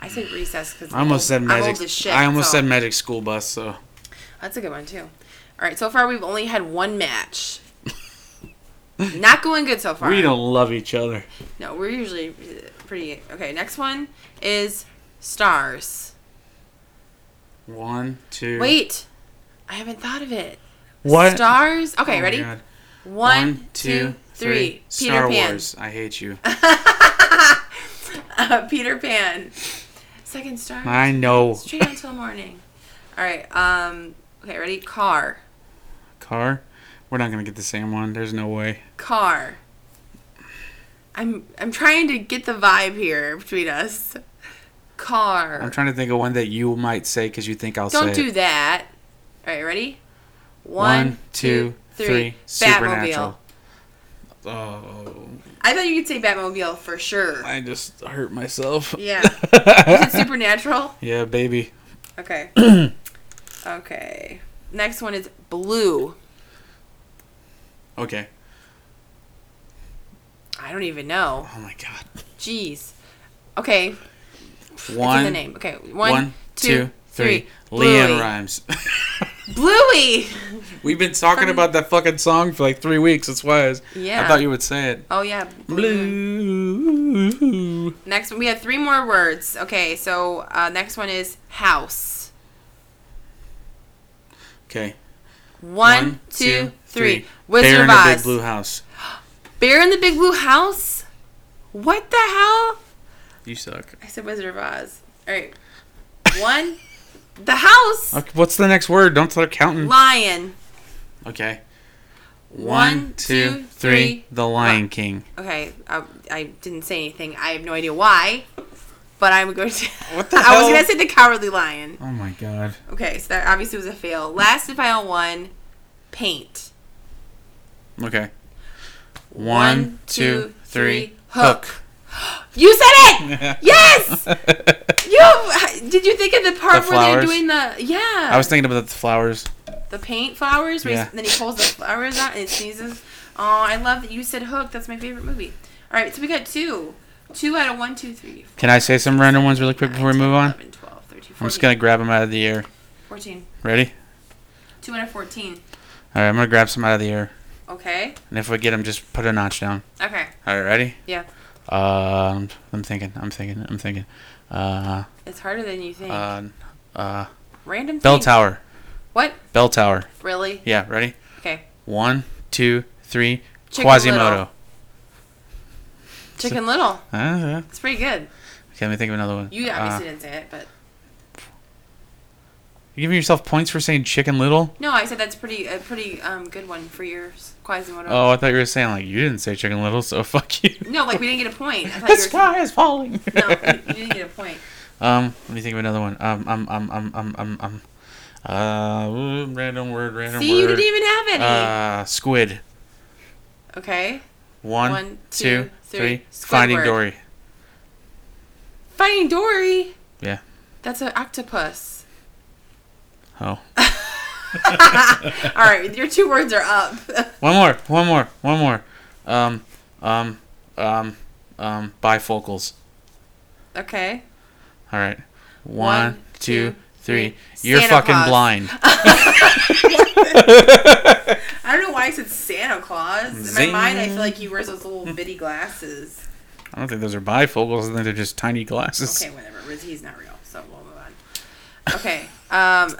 [SPEAKER 1] I said recess because
[SPEAKER 2] I almost said
[SPEAKER 1] I'm
[SPEAKER 2] magic.
[SPEAKER 1] old as shit,
[SPEAKER 2] I almost
[SPEAKER 1] so-
[SPEAKER 2] said magic school bus. So
[SPEAKER 1] That's a good one too. All right, so far we've only had one match. Not going good so far.
[SPEAKER 2] we don't love each other.
[SPEAKER 1] No, we're usually uh, pretty okay. Next one is stars.
[SPEAKER 2] One, two.
[SPEAKER 1] Wait, I haven't thought of it.
[SPEAKER 2] What?
[SPEAKER 1] Stars.
[SPEAKER 2] Oh
[SPEAKER 1] Okay,
[SPEAKER 2] my
[SPEAKER 1] ready?
[SPEAKER 2] God.
[SPEAKER 1] One, two, three. Peter
[SPEAKER 2] Star
[SPEAKER 1] Pan.
[SPEAKER 2] Wars. I hate you.
[SPEAKER 1] Uh, Peter Pan. Second star.
[SPEAKER 2] I know.
[SPEAKER 1] Straight until morning. All right. Um. Okay, ready? Car.
[SPEAKER 2] Car. We're not gonna get the same one. There's no way.
[SPEAKER 1] Car. I'm I'm trying to get the vibe here between us. Car.
[SPEAKER 2] I'm trying to think of one that you might say because you think I'll say.
[SPEAKER 1] Don't
[SPEAKER 2] it.
[SPEAKER 1] do that. All right, ready?
[SPEAKER 2] One,
[SPEAKER 1] two,
[SPEAKER 2] two, three.
[SPEAKER 1] Batmobile.
[SPEAKER 2] Supernatural. Oh,
[SPEAKER 1] I thought you could say Batmobile for sure.
[SPEAKER 2] I just hurt myself.
[SPEAKER 1] Yeah. Is it supernatural?
[SPEAKER 2] yeah, baby.
[SPEAKER 1] Okay. okay. Next one is blue.
[SPEAKER 2] Okay.
[SPEAKER 1] I don't even know.
[SPEAKER 2] Oh my god.
[SPEAKER 1] Jeez. Okay. What's in the
[SPEAKER 2] One,
[SPEAKER 1] name? Okay.
[SPEAKER 2] one,
[SPEAKER 1] one, two, three.
[SPEAKER 2] Leon rhymes.
[SPEAKER 1] Bluey.
[SPEAKER 2] We've been talking about that fucking song for like three weeks. That's why I, was,
[SPEAKER 1] Yeah.
[SPEAKER 2] I thought you would say it.
[SPEAKER 1] Oh yeah.
[SPEAKER 2] Blue.
[SPEAKER 1] Next one. We have three more words. Okay. So uh, next one is house.
[SPEAKER 2] Okay.
[SPEAKER 1] One, two, three. Wizard
[SPEAKER 2] Bear
[SPEAKER 1] of
[SPEAKER 2] in a
[SPEAKER 1] Oz.
[SPEAKER 2] big blue house.
[SPEAKER 1] Bear in the Big Blue House? What the hell?
[SPEAKER 2] You suck.
[SPEAKER 1] I said Wizard of Oz. All right. One, the house,
[SPEAKER 2] Okay, what's the next word? Don't start counting.
[SPEAKER 1] lion.
[SPEAKER 2] Okay. One, two, three. The Lion King.
[SPEAKER 1] Okay, I, I didn't say anything. I have no idea why, but I'm going to.
[SPEAKER 2] What the
[SPEAKER 1] I was
[SPEAKER 2] hell?
[SPEAKER 1] going to say the Cowardly Lion.
[SPEAKER 2] Oh my god.
[SPEAKER 1] Okay, so that obviously was a fail. Last and final one, paint.
[SPEAKER 2] Okay. One, two, three. Hook.
[SPEAKER 1] You said it. Yes. You did you think of the part
[SPEAKER 2] The
[SPEAKER 1] where they're
[SPEAKER 2] flowers?
[SPEAKER 1] doing the yeah
[SPEAKER 2] I was thinking about the flowers.
[SPEAKER 1] the paint flowers? Where he-
[SPEAKER 2] Yeah.
[SPEAKER 1] then he pulls the flowers out and it sneezes. Oh, I love that you said Hook. That's my favorite movie. All right, so we got two, two out of one, two, three,
[SPEAKER 2] Can I say some random ones really quick before we move on?
[SPEAKER 1] 11, 12, 13, 14,
[SPEAKER 2] I'm just gonna grab them out of the air.
[SPEAKER 1] 14.
[SPEAKER 2] Ready?
[SPEAKER 1] Two out of 14.
[SPEAKER 2] All right, I'm gonna grab some out of the air,
[SPEAKER 1] Okay.
[SPEAKER 2] and if we get them, just put a notch down.
[SPEAKER 1] Okay.
[SPEAKER 2] All right, ready?
[SPEAKER 1] Yeah.
[SPEAKER 2] Um, I'm thinking. I'm thinking. I'm thinking. Uh,
[SPEAKER 1] It's harder than you think.
[SPEAKER 2] uh, uh,
[SPEAKER 1] Random
[SPEAKER 2] bell
[SPEAKER 1] thing.
[SPEAKER 2] tower.
[SPEAKER 1] What?
[SPEAKER 2] Bell tower.
[SPEAKER 1] Really?
[SPEAKER 2] Yeah, ready?
[SPEAKER 1] Okay.
[SPEAKER 2] One, two, three.
[SPEAKER 1] Chicken
[SPEAKER 2] Quasimodo.
[SPEAKER 1] Chicken Little.
[SPEAKER 2] Uh,
[SPEAKER 1] It's pretty good.
[SPEAKER 2] okay, let me think of another one.
[SPEAKER 1] You
[SPEAKER 2] uh,
[SPEAKER 1] obviously didn't say it, but
[SPEAKER 2] you giving yourself points for saying Chicken Little?
[SPEAKER 1] no, I said that's pretty a pretty um good one for your Quasimodo.
[SPEAKER 2] Oh, I thought you were saying like you didn't say Chicken Little, so fuck you.
[SPEAKER 1] No, like we didn't get a point. I thought
[SPEAKER 2] the
[SPEAKER 1] you were.
[SPEAKER 2] sky is falling.
[SPEAKER 1] No, you didn't get a point.
[SPEAKER 2] Um, let me think of another one. Um, um, um, um, um, um, um. Uh, ooh, random word, random
[SPEAKER 1] See,
[SPEAKER 2] word.
[SPEAKER 1] you didn't even have any.
[SPEAKER 2] Uh, squid.
[SPEAKER 1] okay.
[SPEAKER 2] One,
[SPEAKER 1] One,
[SPEAKER 2] two,
[SPEAKER 1] two,
[SPEAKER 2] three.
[SPEAKER 1] three.
[SPEAKER 2] Finding
[SPEAKER 1] Squidward.
[SPEAKER 2] Dory.
[SPEAKER 1] Finding Dory.
[SPEAKER 2] Yeah.
[SPEAKER 1] That's an octopus.
[SPEAKER 2] Oh.
[SPEAKER 1] All right, your two words are up.
[SPEAKER 2] One more. One more. One more. Um, um, um, um. Bifocals.
[SPEAKER 1] okay.
[SPEAKER 2] All right.
[SPEAKER 1] One,
[SPEAKER 2] One, two,
[SPEAKER 1] two,
[SPEAKER 2] three.
[SPEAKER 1] three.
[SPEAKER 2] You're
[SPEAKER 1] Santa
[SPEAKER 2] fucking
[SPEAKER 1] Claus.
[SPEAKER 2] blind.
[SPEAKER 1] I don't know why I said Santa Claus. In my
[SPEAKER 2] Zing.
[SPEAKER 1] mind, I feel like he wears those little bitty glasses.
[SPEAKER 2] I don't think those are bifocals. I think they're just tiny glasses.
[SPEAKER 1] Okay, whatever. Riz- He's not real, so we'll move on. Okay. Um,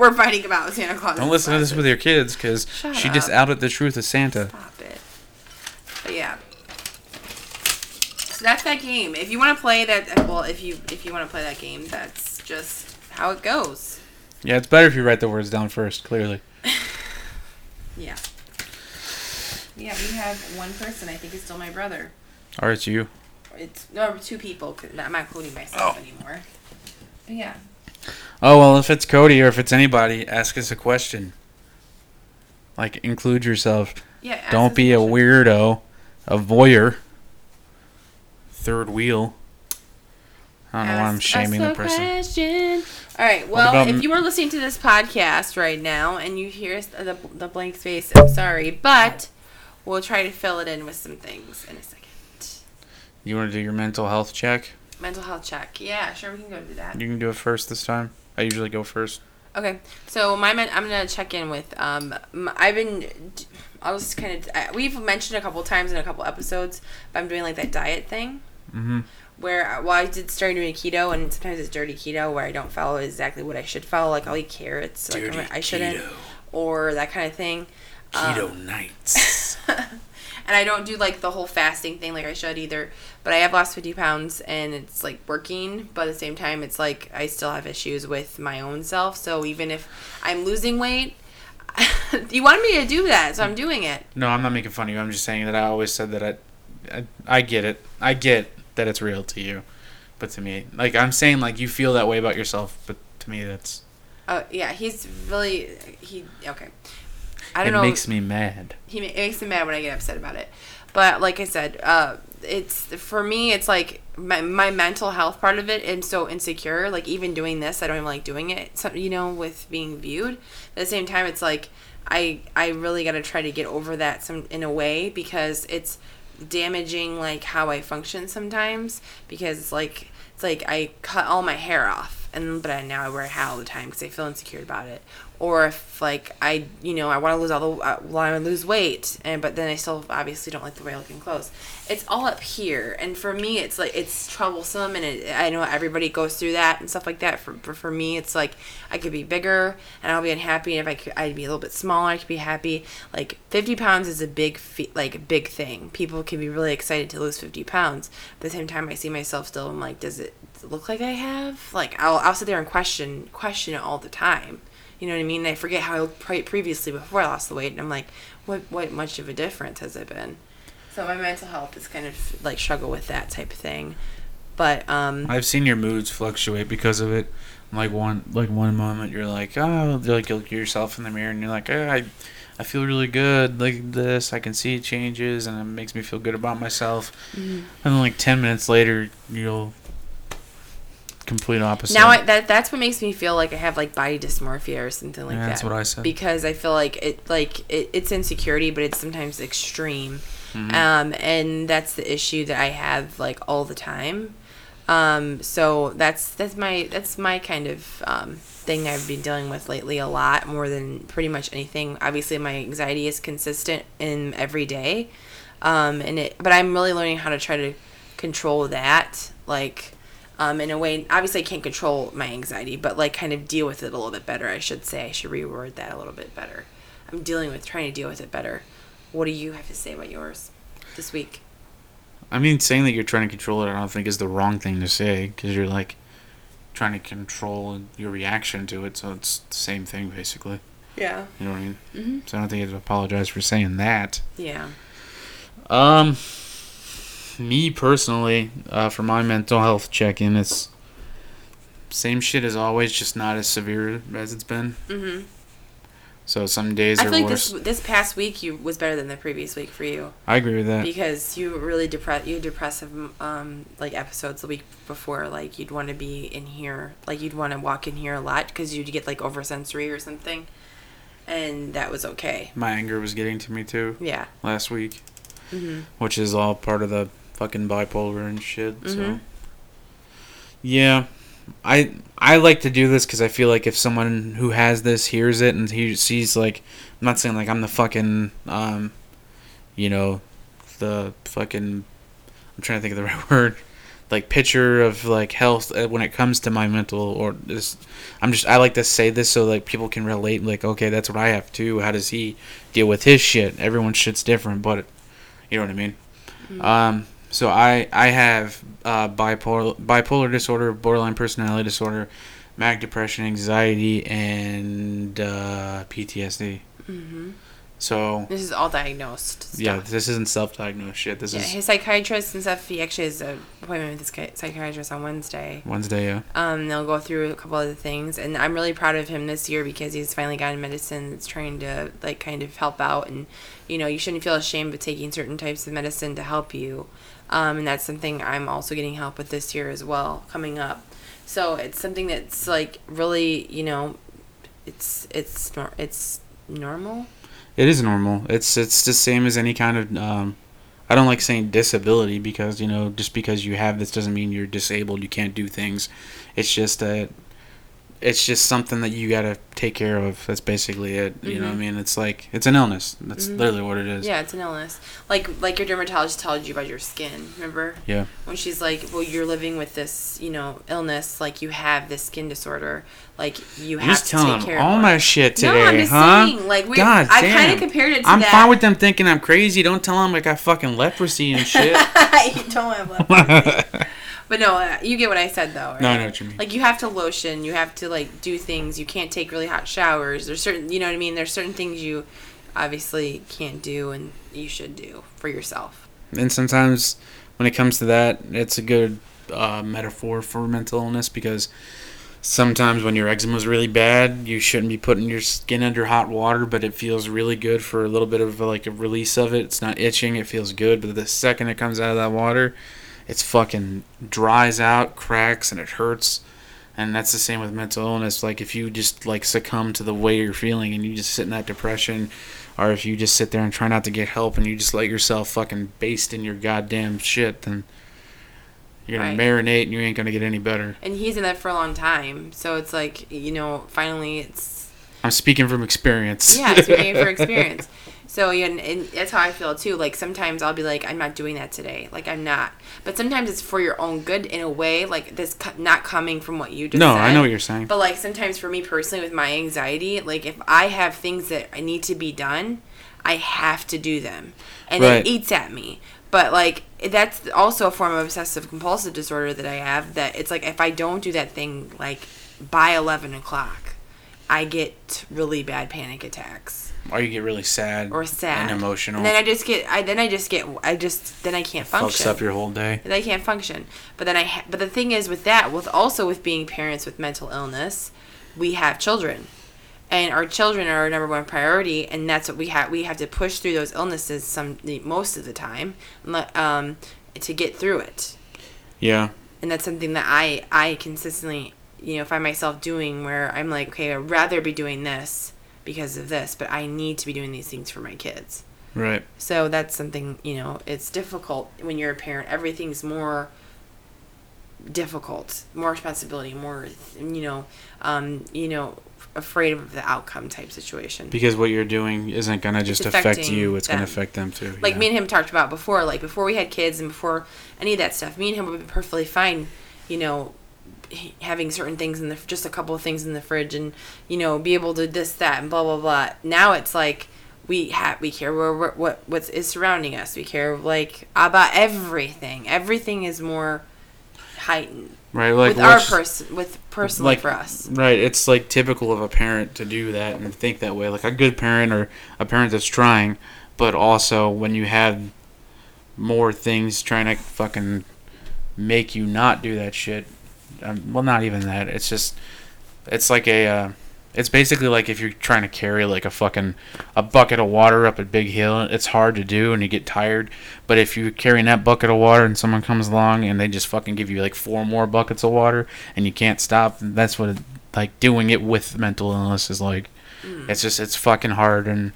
[SPEAKER 1] we're fighting about Santa Claus.
[SPEAKER 2] Don't listen to this with your kids, because
[SPEAKER 1] Shut
[SPEAKER 2] she just
[SPEAKER 1] up.
[SPEAKER 2] outed the truth of Santa.
[SPEAKER 1] Stop it. But yeah. So that's that game. If you want to play that, well, if you if you want to play that game, that's just how it goes.
[SPEAKER 2] Yeah, it's better if you write the words down first. Clearly.
[SPEAKER 1] Yeah. Yeah, we have one person. I think it's still my brother.
[SPEAKER 2] Or it's you.
[SPEAKER 1] It's no two people. 'cause I'm not including myself anymore. But yeah.
[SPEAKER 2] Oh well, if it's Cody or if it's anybody, ask us a question. Like include yourself.
[SPEAKER 1] Yeah. ask us
[SPEAKER 2] Don't be a
[SPEAKER 1] question.
[SPEAKER 2] weirdo, a voyeur, third wheel. I don't know why I'm
[SPEAKER 1] Ask
[SPEAKER 2] shaming
[SPEAKER 1] us
[SPEAKER 2] the
[SPEAKER 1] a
[SPEAKER 2] person.
[SPEAKER 1] question. All right.
[SPEAKER 2] about
[SPEAKER 1] Well,
[SPEAKER 2] m-
[SPEAKER 1] if you are listening to this podcast right now and you hear us- the, the blank space, I'm sorry, but we'll try to fill it in with some things in a second.
[SPEAKER 2] You want to do your mental health check?
[SPEAKER 1] Mental health check. Yeah, sure, we can go do that.
[SPEAKER 2] You can do it first this time. I usually go first.
[SPEAKER 1] Okay, so my men- I'm gonna check in with um m- I've been I'll just kind of we've mentioned a couple times in a couple episodes, but I'm doing like that diet thing.
[SPEAKER 2] Mm-hmm.
[SPEAKER 1] where I- well I did start doing keto and sometimes it's dirty keto where I don't follow exactly what I should follow like I'll eat carrots like I'm- I shouldn't uh, or that kind of thing
[SPEAKER 2] Keto nights.
[SPEAKER 1] and I don't do like the whole fasting thing like I should either but I have lost 50 pounds and it's like working but at the same time it's like I still have issues with my own self so even if I'm losing weight you wanted me to do that so I'm doing it
[SPEAKER 2] no, I'm not making fun of you. I'm just saying that I always said that I, I, I get it. I get that it's real to you, but to me, like I'm saying, like you feel that way about yourself, but to me, that's
[SPEAKER 1] oh yeah he's really he okay I don't
[SPEAKER 2] it
[SPEAKER 1] know
[SPEAKER 2] makes me mad.
[SPEAKER 1] he ma- it makes me mad when I get upset about it. But like I said, uh, it's for me. It's like my, my mental health part of it. I'm so insecure. Like even doing this, I don't even like doing it. So, you know, with being viewed. At the same time, it's like I I really gotta try to get over that some in a way because it's damaging like how I function sometimes because it's like it's like I cut all my hair off and but I, now I wear it all the time because I feel insecure about it. Or if like I you know I want to lose all the uh, well, I want to lose weight and but then I still obviously don't like the way I look in clothes. It's all up here, and for me it's like it's troublesome, and it, I know everybody goes through that and stuff like that. For for- for me it's like I could be bigger and I'll be unhappy, and if I could I'd be a little bit smaller, I could be happy. Like fifty pounds is a big fe- like a big thing. People can be really excited to lose fifty pounds. At the same time, I see myself still. I'm like, does it look like I have? Like I'll I'll sit there and question question it all the time. You know what I mean? And I forget how I looked pre- previously before I lost the weight, and I'm like, what what much of a difference has it been? So my mental health is kind of like struggle with that type of thing, but um,
[SPEAKER 2] I've seen your moods fluctuate because of it. Like one, like one moment you're like, oh, like you look at yourself in the mirror and you're like, oh, I, I feel really good like this. I can see it changes and it makes me feel good about myself.
[SPEAKER 1] Mm-hmm.
[SPEAKER 2] And then like ten minutes later, you'll complete opposite.
[SPEAKER 1] now I, that that's what makes me feel like I have like body dysmorphia or something like
[SPEAKER 2] Yeah,
[SPEAKER 1] that.
[SPEAKER 2] that's what I said.
[SPEAKER 1] because I feel like it like it, it's insecurity, but it's sometimes extreme,
[SPEAKER 2] Mhm.
[SPEAKER 1] um, and that's the issue that I have like all the time. Um, so that's that's my that's my kind of um, thing I've been dealing with lately a lot more than pretty much anything. Obviously, my anxiety is consistent in every day, um, and it. But I'm really learning how to try to control that, like. Um, in a way, obviously, I can't control my anxiety, but like kind of deal with it a little bit better. I should say, I should reword that a little bit better. I'm dealing with trying to deal with it better. What do you have to say about yours this week?
[SPEAKER 2] I mean, saying that you're trying to control it, I don't think is the wrong thing to say because you're like trying to control your reaction to it. So it's the same thing basically.
[SPEAKER 1] Yeah.
[SPEAKER 2] You know what I mean?
[SPEAKER 1] hmm
[SPEAKER 2] So I don't think you have to apologize for saying that.
[SPEAKER 1] Yeah.
[SPEAKER 2] Um, me personally, uh, for my mental health check-in, it's same shit as always, just not as severe as it's been.
[SPEAKER 1] hmm
[SPEAKER 2] So some days
[SPEAKER 1] I
[SPEAKER 2] are
[SPEAKER 1] feel like
[SPEAKER 2] worse.
[SPEAKER 1] this this past week you was better than the previous week for you
[SPEAKER 2] I agree with that.
[SPEAKER 1] because you were really depressed. You had depressive um like episodes the week before. Like you'd want to be in here, like you'd want to walk in here a lot because you'd get like oversensory or something, and that was okay.
[SPEAKER 2] My anger was getting to me too
[SPEAKER 1] Yeah.
[SPEAKER 2] last week,
[SPEAKER 1] Mm-hmm.
[SPEAKER 2] which is all part of the fucking bipolar and shit. So
[SPEAKER 1] Mhm.
[SPEAKER 2] yeah, I I like to do this because I feel like if someone who has this hears it and he sees like, I'm not saying like I'm the fucking um, you know, the fucking I'm trying to think of the right word. Like picture of like health uh, when it comes to my mental or this. I'm just I like to say this so like people can relate. Like okay, that's what I have too. How does he deal with his shit? Everyone's shit's different, but you know what I mean.
[SPEAKER 1] Mm-hmm.
[SPEAKER 2] Um, so I I have uh, bipolar bipolar disorder, borderline personality disorder, manic depression, anxiety, and uh, PTSD.
[SPEAKER 1] Mm-hmm.
[SPEAKER 2] So
[SPEAKER 1] This is all diagnosed. Stuff.
[SPEAKER 2] yeah, this isn't self-diagnosed shit. This
[SPEAKER 1] Yeah,
[SPEAKER 2] is
[SPEAKER 1] his psychiatrist and stuff. He actually has an appointment with his chi- psychiatrist on Wednesday.
[SPEAKER 2] Wednesday. Yeah,
[SPEAKER 1] Um, they'll go through a couple other things, and I'm really proud of him this year because he's finally gotten medicine that's trying to like kind of help out, and you know you shouldn't feel ashamed of taking certain types of medicine to help you, um, and that's something I'm also getting help with this year as well coming up. So it's something that's like really you know, it's it's nor- it's normal.
[SPEAKER 2] it is normal. It's it's the same as any kind of. Um, I don't like saying disability because you know just because you have this doesn't mean you're disabled. You can't do things. It's just that. It's just something that you gotta take care of. That's basically it. You know what I
[SPEAKER 1] Mhm.
[SPEAKER 2] mean? It's like it's an illness. That's
[SPEAKER 1] Mhm.
[SPEAKER 2] literally what it is.
[SPEAKER 1] Yeah, it's an illness. Like like your dermatologist told you about your skin, remember?
[SPEAKER 2] Yeah.
[SPEAKER 1] When she's like, "Well, you're living with this, you know, illness. Like you have this skin disorder. Like you
[SPEAKER 2] You
[SPEAKER 1] have
[SPEAKER 2] just
[SPEAKER 1] to
[SPEAKER 2] telling
[SPEAKER 1] take
[SPEAKER 2] them
[SPEAKER 1] care
[SPEAKER 2] all
[SPEAKER 1] of." it."
[SPEAKER 2] my shit today,
[SPEAKER 1] no, I'm just
[SPEAKER 2] huh?
[SPEAKER 1] saying. Like we,
[SPEAKER 2] God
[SPEAKER 1] I
[SPEAKER 2] damn.
[SPEAKER 1] kind of compared it to
[SPEAKER 2] I'm
[SPEAKER 1] that.
[SPEAKER 2] fine with them thinking I'm crazy. Don't tell them I got fucking leprosy and shit.
[SPEAKER 1] you don't have
[SPEAKER 2] no,
[SPEAKER 1] left.
[SPEAKER 2] I
[SPEAKER 1] But no, uh, you get what I said though. Right?
[SPEAKER 2] know what you mean.
[SPEAKER 1] Like you have to lotion, you have to like do things. You can't take really hot showers. There's certain, you know what I mean. There's certain things you obviously can't do and you should do for yourself.
[SPEAKER 2] And sometimes when it comes to that, it's a good uh, metaphor for mental illness because sometimes when your eczema is really bad, you shouldn't be putting your skin under hot water, but it feels really good for a little bit of like a release of it. It's not itching, it feels good, but the second it comes out of that water, it's fucking dries out, cracks, and it hurts. And that's the same with mental illness. Like if you just like succumb to the way you're feeling and you just sit in that depression, or if you just sit there and try not to get help and you just let yourself fucking baste in your goddamn shit, then you're gonna
[SPEAKER 1] Right.
[SPEAKER 2] marinate and you ain't gonna get any better.
[SPEAKER 1] and he's in that for a long time. So it's like you know, finally, it's
[SPEAKER 2] I'm speaking from experience.
[SPEAKER 1] yeah, it's paying for experience. So yeah, and, and that's how I feel too. Like sometimes I'll be like, I'm not doing that today. Like I'm not. But sometimes it's for your own good in a way. Like this co- not coming from what you just
[SPEAKER 2] no,
[SPEAKER 1] said.
[SPEAKER 2] I know what you're saying.
[SPEAKER 1] But like sometimes for me personally with my anxiety, like if I have things that I need to be done, I have to do them. And it
[SPEAKER 2] Right.
[SPEAKER 1] eats at me. But like that's also a form of obsessive compulsive disorder that I have that it's like if I don't do that thing like by 11 o'clock, I get really bad panic attacks
[SPEAKER 2] Or you get really sad
[SPEAKER 1] or sad
[SPEAKER 2] and emotional.
[SPEAKER 1] And then I just get I then I just get I just then I can't
[SPEAKER 2] fucks
[SPEAKER 1] function.
[SPEAKER 2] up your whole day.
[SPEAKER 1] they can't function. But then I ha- but the thing is with that with also with being parents with mental illness, we have children. And our children are our number one priority, and that's what we have. We have to push through those illnesses some most of the time, um, to get through it
[SPEAKER 2] Yeah.
[SPEAKER 1] and that's something that I I consistently you know find myself doing where I'm like okay I'd rather be doing this because of this but I need to be doing these things for my kids
[SPEAKER 2] Right.
[SPEAKER 1] so that's something you know it's difficult when you're a parent everything's more difficult more responsibility more you know um you know afraid of the outcome type situation
[SPEAKER 2] Because what you're doing isn't gonna just affect
[SPEAKER 1] affecting
[SPEAKER 2] you, it's gonna
[SPEAKER 1] them.
[SPEAKER 2] affect them too.
[SPEAKER 1] like
[SPEAKER 2] yeah.
[SPEAKER 1] me and him talked about before like before we had kids and before any of that stuff me and him would be perfectly fine you know h- having certain things in the just a couple of things in the fridge and you know be able to this that and blah blah blah now it's like we have we care where, where what what is surrounding us we care like about everything everything is more heightened
[SPEAKER 2] Right, like
[SPEAKER 1] with our
[SPEAKER 2] what's-
[SPEAKER 1] person with personally
[SPEAKER 2] like-
[SPEAKER 1] for us
[SPEAKER 2] Right, it's like typical of a parent to do that and think that way. Like a good parent or a parent that's trying, but also when you have more things trying to fucking make you not do that shit. Um, well, not even that. It's just, it's like a, uh, it's basically like if you're trying to carry like a fucking a bucket of water up a big hill. It's hard to do and you get tired. But if you're carrying that bucket of water and someone comes along and they just fucking give you like four more buckets of water and you can't stop, that's what it, like doing it with mental illness is like. It's just it's fucking hard and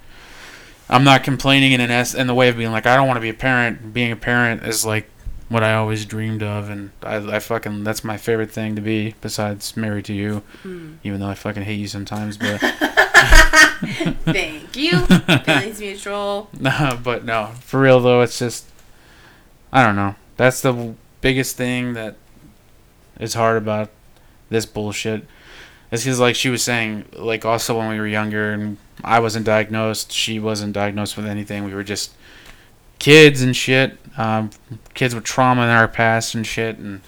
[SPEAKER 2] I'm not complaining in an s in the way of being like I don't want to be a parent. Being a parent is like what I always dreamed of and I, I fucking that's my favorite thing to be besides married to you. Even though I fucking hate you sometimes, but
[SPEAKER 1] thank you feelings mutual
[SPEAKER 2] No, but no, for real though, it's just I don't know. That's the w- biggest thing that is hard about this bullshit. It's because like she was saying, like also when we were younger and I wasn't diagnosed, she wasn't diagnosed with anything. We were just kids and shit, um, kids with trauma in our past and shit, and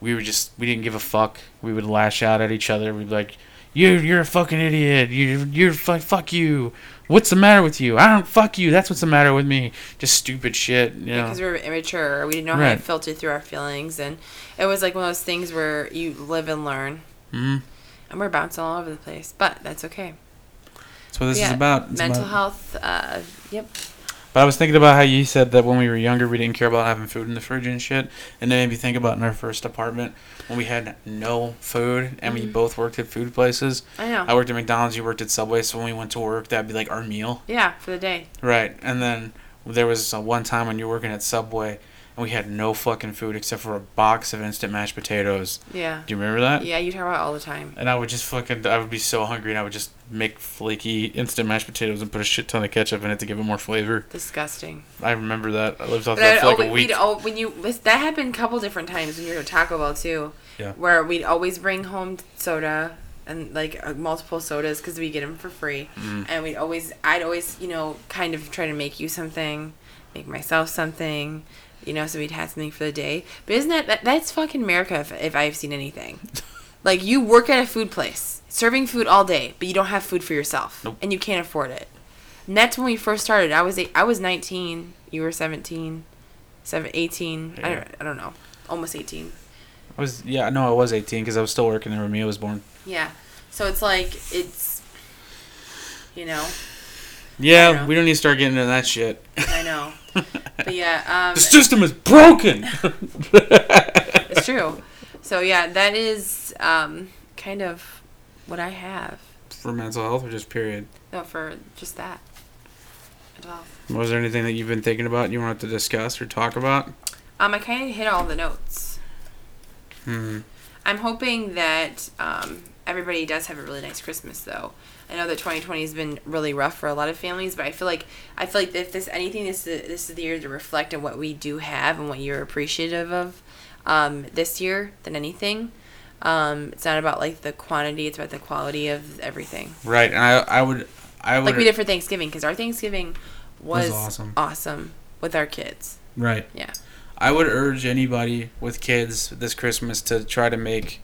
[SPEAKER 2] we were just we didn't give a fuck. We would lash out at each other. We'd be like, "You, you're a fucking idiot. You, you're fuck, fuck you. What's the matter with you? I don't fuck you. That's what's the matter with me. Just stupid shit, you know."
[SPEAKER 1] because we were immature. We didn't know how to
[SPEAKER 2] Right.
[SPEAKER 1] filter through our feelings, and it was like one of those things where you live and learn.
[SPEAKER 2] Mhm.
[SPEAKER 1] And we're bouncing all over the place, but that's okay.
[SPEAKER 2] That's what this
[SPEAKER 1] Yeah,
[SPEAKER 2] is about. It's
[SPEAKER 1] Mental
[SPEAKER 2] about-
[SPEAKER 1] health. Uh, yep.
[SPEAKER 2] But I was thinking about how you said that when we were younger, we didn't care about having food in the fridge and shit. And it made me think about in our first apartment when we had no food and
[SPEAKER 1] Mm.
[SPEAKER 2] we both worked at food places.
[SPEAKER 1] I know.
[SPEAKER 2] I worked at McDonald's, you worked at Subway. So when we went to work, that'd be like our meal.
[SPEAKER 1] yeah, for the day.
[SPEAKER 2] Right. And then there was uh, one time when you were working at Subway and we had no fucking food except for a box of instant mashed potatoes.
[SPEAKER 1] Yeah.
[SPEAKER 2] Do you remember that?
[SPEAKER 1] Yeah, you talk about it all the time.
[SPEAKER 2] And I would just fucking, I would be so hungry and I would just make flaky instant mashed potatoes and put a shit ton of ketchup in it to give it more flavor.
[SPEAKER 1] Disgusting.
[SPEAKER 2] I remember that. I lived off
[SPEAKER 1] But I
[SPEAKER 2] that
[SPEAKER 1] would
[SPEAKER 2] for like
[SPEAKER 1] alwa-
[SPEAKER 2] a week.
[SPEAKER 1] We'd al- when you this- that happened a couple different times when you were at Taco Bell too.
[SPEAKER 2] Yeah.
[SPEAKER 1] Where we'd always bring home soda and like uh, multiple sodas because we get them for free,
[SPEAKER 2] Mm.
[SPEAKER 1] and we'd always I'd always you know kind of try to make you something, make myself something. You know, so we'd have something for the day. But isn't that, that that's fucking America if, if I've seen anything? like you work at a food place, serving food all day, but you don't have food for yourself,
[SPEAKER 2] Nope.
[SPEAKER 1] and you can't afford it. And that's when we first started. I was eight, I was 19. You were 17, seven, 18. I,
[SPEAKER 2] Yeah.
[SPEAKER 1] don't, I don't know. Almost 18.
[SPEAKER 2] I was yeah, no, I was 18 because I was still working there when Mia was born.
[SPEAKER 1] Yeah. So it's like, it's, you know, I
[SPEAKER 2] Yeah,
[SPEAKER 1] know.
[SPEAKER 2] we don't need to start getting into that shit.
[SPEAKER 1] I know. but yeah, um,
[SPEAKER 2] The system is broken.
[SPEAKER 1] it's true. So yeah, that is um, kind of what I have.
[SPEAKER 2] for mental health or just period.
[SPEAKER 1] No, for just that. Mental health.
[SPEAKER 2] Was there anything that you've been thinking about you wanted to discuss or talk about?
[SPEAKER 1] Um, I kind of hit all the notes.
[SPEAKER 2] Hmm.
[SPEAKER 1] I'm hoping that um, everybody does have a really nice Christmas, though. I know that 2020 has been really rough for a lot of families, but I feel like I feel like if this anything, this is, this is the year to reflect on what we do have and what you're appreciative of um, this year than anything. Um, it's not about like the quantity; it's about the quality of everything.
[SPEAKER 2] Right, and I I would I would
[SPEAKER 1] Like we did for Thanksgiving, because our Thanksgiving was,
[SPEAKER 2] Was awesome.
[SPEAKER 1] awesome with our kids.
[SPEAKER 2] right.
[SPEAKER 1] Yeah.
[SPEAKER 2] I would urge anybody with kids this Christmas to try to make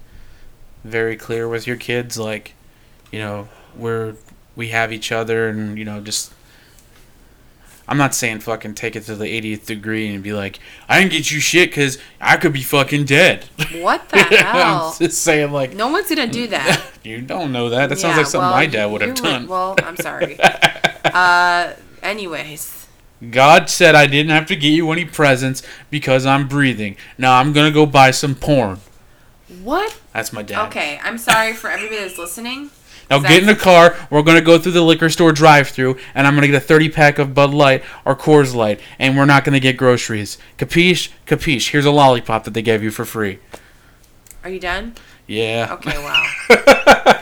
[SPEAKER 2] very clear with your kids, like, you know, we're we have each other and you know just I'm not saying fucking take it to the 80th degree and be like, I didn't get you shit because I could be fucking dead.
[SPEAKER 1] What the hell?
[SPEAKER 2] I'm just saying, like,
[SPEAKER 1] No one's gonna do that.
[SPEAKER 2] you don't know that. That sounds
[SPEAKER 1] Yeah,
[SPEAKER 2] like something
[SPEAKER 1] well,
[SPEAKER 2] my dad would
[SPEAKER 1] you're
[SPEAKER 2] have
[SPEAKER 1] right.
[SPEAKER 2] done.
[SPEAKER 1] Well, I'm sorry. uh, anyways,
[SPEAKER 2] God said I didn't have to get you any presents because I'm breathing. Now I'm gonna go buy some porn.
[SPEAKER 1] what?
[SPEAKER 2] That's my dad.
[SPEAKER 1] Okay, I'm sorry for everybody that's listening.
[SPEAKER 2] Now get in the car. We're gonna go through the liquor store drive-through, and I'm gonna get a 30 pack of Bud Light or Coors Light, and we're not gonna get groceries. Capiche? Capiche. Here's a lollipop that they gave you for free.
[SPEAKER 1] Are you done?
[SPEAKER 2] Yeah.
[SPEAKER 1] Okay, wow.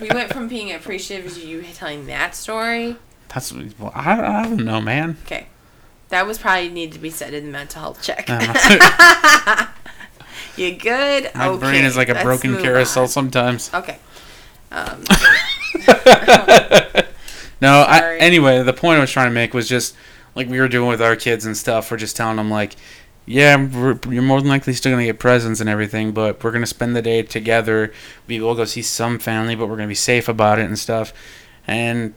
[SPEAKER 1] we went from being appreciative to you telling that story.
[SPEAKER 2] That's. Well, I, I don't know, man.
[SPEAKER 1] Okay, that was probably needed to be said in the mental health check.
[SPEAKER 2] Uh, my
[SPEAKER 1] you good?
[SPEAKER 2] Uh-huh. my
[SPEAKER 1] okay,
[SPEAKER 2] brain is like a
[SPEAKER 1] let's
[SPEAKER 2] broken
[SPEAKER 1] move
[SPEAKER 2] carousel
[SPEAKER 1] on.
[SPEAKER 2] sometimes.
[SPEAKER 1] Okay. Um,
[SPEAKER 2] No, I,
[SPEAKER 1] Sorry.
[SPEAKER 2] anyway, the point I was trying to make was just like we were doing with our kids and stuff. We're just telling them like, yeah, we're, you're more than likely still gonna get presents and everything, but we're gonna spend the day together. We will go see some family, but we're gonna be safe about it and stuff. And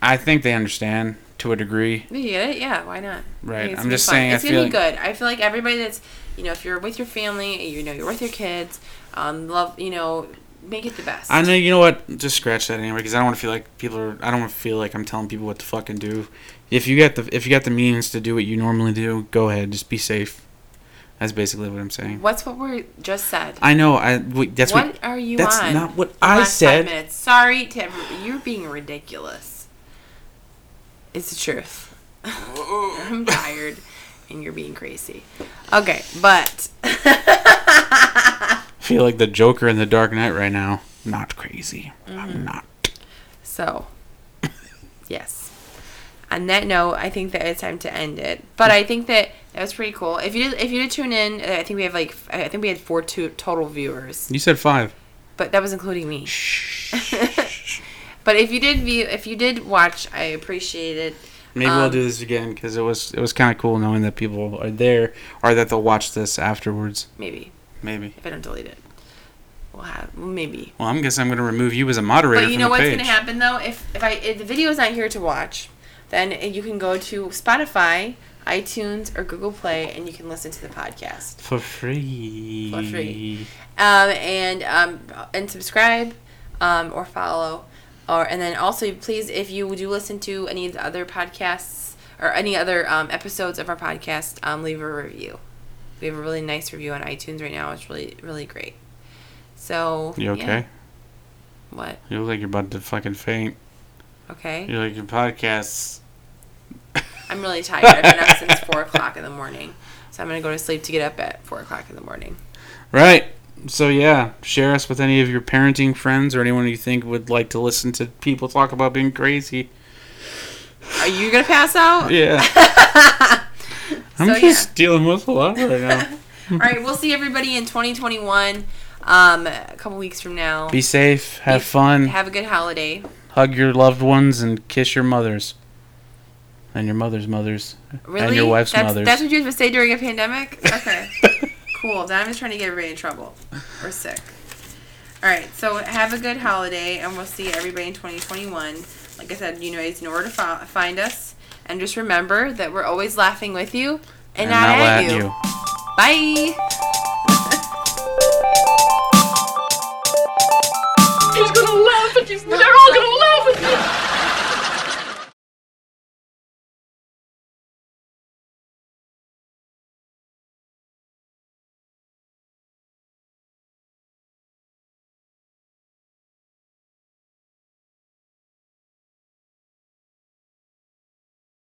[SPEAKER 2] I think they understand to a degree,
[SPEAKER 1] you get it? Yeah. Why not? I
[SPEAKER 2] right?
[SPEAKER 1] think it's
[SPEAKER 2] I'm
[SPEAKER 1] gonna
[SPEAKER 2] just
[SPEAKER 1] be fun.
[SPEAKER 2] saying.
[SPEAKER 1] it's
[SPEAKER 2] I
[SPEAKER 1] gonna
[SPEAKER 2] feel
[SPEAKER 1] be
[SPEAKER 2] like,
[SPEAKER 1] good. I feel like everybody that's you know, if you're with your family, you know, you're with your kids, um, love, you know, make it the best.
[SPEAKER 2] I know you know what. Just scratch that anyway, because I don't want to feel like people are. I don't want to feel like I'm telling people what to fucking do. If you got the if you got the means to do what you normally do, go ahead. Just be safe. That's basically what I'm saying.
[SPEAKER 1] What's what we just said?
[SPEAKER 2] I know. I wait, that's
[SPEAKER 1] what
[SPEAKER 2] what.
[SPEAKER 1] are you
[SPEAKER 2] That's
[SPEAKER 1] on?
[SPEAKER 2] not what
[SPEAKER 1] The
[SPEAKER 2] I
[SPEAKER 1] last Five
[SPEAKER 2] said.
[SPEAKER 1] minutes. Sorry to every- you're being ridiculous. It's the truth. I'm tired, and you're being crazy. Okay, but
[SPEAKER 2] I feel like the Joker in the Dark Knight right now. Not crazy.
[SPEAKER 1] Mm-hmm.
[SPEAKER 2] I'm not.
[SPEAKER 1] So, yes. On that note, I think that it's time to end it. But I think that that was pretty cool. If you did, if you did tune in, uh, I think we have like f- I think we had four to- total viewers,
[SPEAKER 2] You said five.
[SPEAKER 1] but that was including me.
[SPEAKER 2] Shh.
[SPEAKER 1] But if you did view, if you did watch, I appreciate it.
[SPEAKER 2] Maybe we'll
[SPEAKER 1] Um,
[SPEAKER 2] do this again because it was it was kind of cool knowing that people are there or that they'll watch this afterwards.
[SPEAKER 1] Maybe
[SPEAKER 2] Maybe.
[SPEAKER 1] if I don't delete it, we'll have maybe.
[SPEAKER 2] Well, I'm guess I'm gonna remove you as a moderator.
[SPEAKER 1] But you
[SPEAKER 2] from
[SPEAKER 1] know
[SPEAKER 2] the
[SPEAKER 1] what's
[SPEAKER 2] page.
[SPEAKER 1] gonna happen though? If if I if the video's not here to watch, then you can go to Spotify, iTunes, or Google Play, and you can listen to the podcast.
[SPEAKER 2] For free.
[SPEAKER 1] For free. um, and um, and subscribe um, or follow or and then also please if you do listen to any of the other podcasts or any other um, episodes of our podcast um, leave a review we have a really nice review on itunes right now it's really really great so
[SPEAKER 2] You
[SPEAKER 1] yeah.
[SPEAKER 2] okay?
[SPEAKER 1] what
[SPEAKER 2] You look like you're about to fucking faint.
[SPEAKER 1] okay
[SPEAKER 2] You look like your podcasts.
[SPEAKER 1] i'm really tired i've been up since four o'clock in the morning so i'm gonna go to sleep to get up at four o'clock in the morning
[SPEAKER 2] Right. So yeah, share us with any of your parenting friends or anyone you think would like to listen to people talk about being crazy.
[SPEAKER 1] are you gonna pass out
[SPEAKER 2] Yeah. I'm
[SPEAKER 1] So,
[SPEAKER 2] just dealing with a lot right now.
[SPEAKER 1] all right we'll see everybody in 2021 um, a couple weeks from now
[SPEAKER 2] Be safe, have
[SPEAKER 1] Be-
[SPEAKER 2] fun,
[SPEAKER 1] Have a good holiday.
[SPEAKER 2] hug your loved ones, and kiss your mothers. And your mother's mothers.
[SPEAKER 1] Really?
[SPEAKER 2] And your wife's
[SPEAKER 1] that's,
[SPEAKER 2] mothers.
[SPEAKER 1] That's what you have to say during a pandemic? Okay. cool. Then I'm just trying to get everybody in trouble or sick. All right. So have a good holiday, and we'll see everybody in 2021. Like I said, you guys know where to fo- find us. And just remember that we're always laughing with you and, not, at, you. Bye.
[SPEAKER 3] He's gonna laugh at his neck.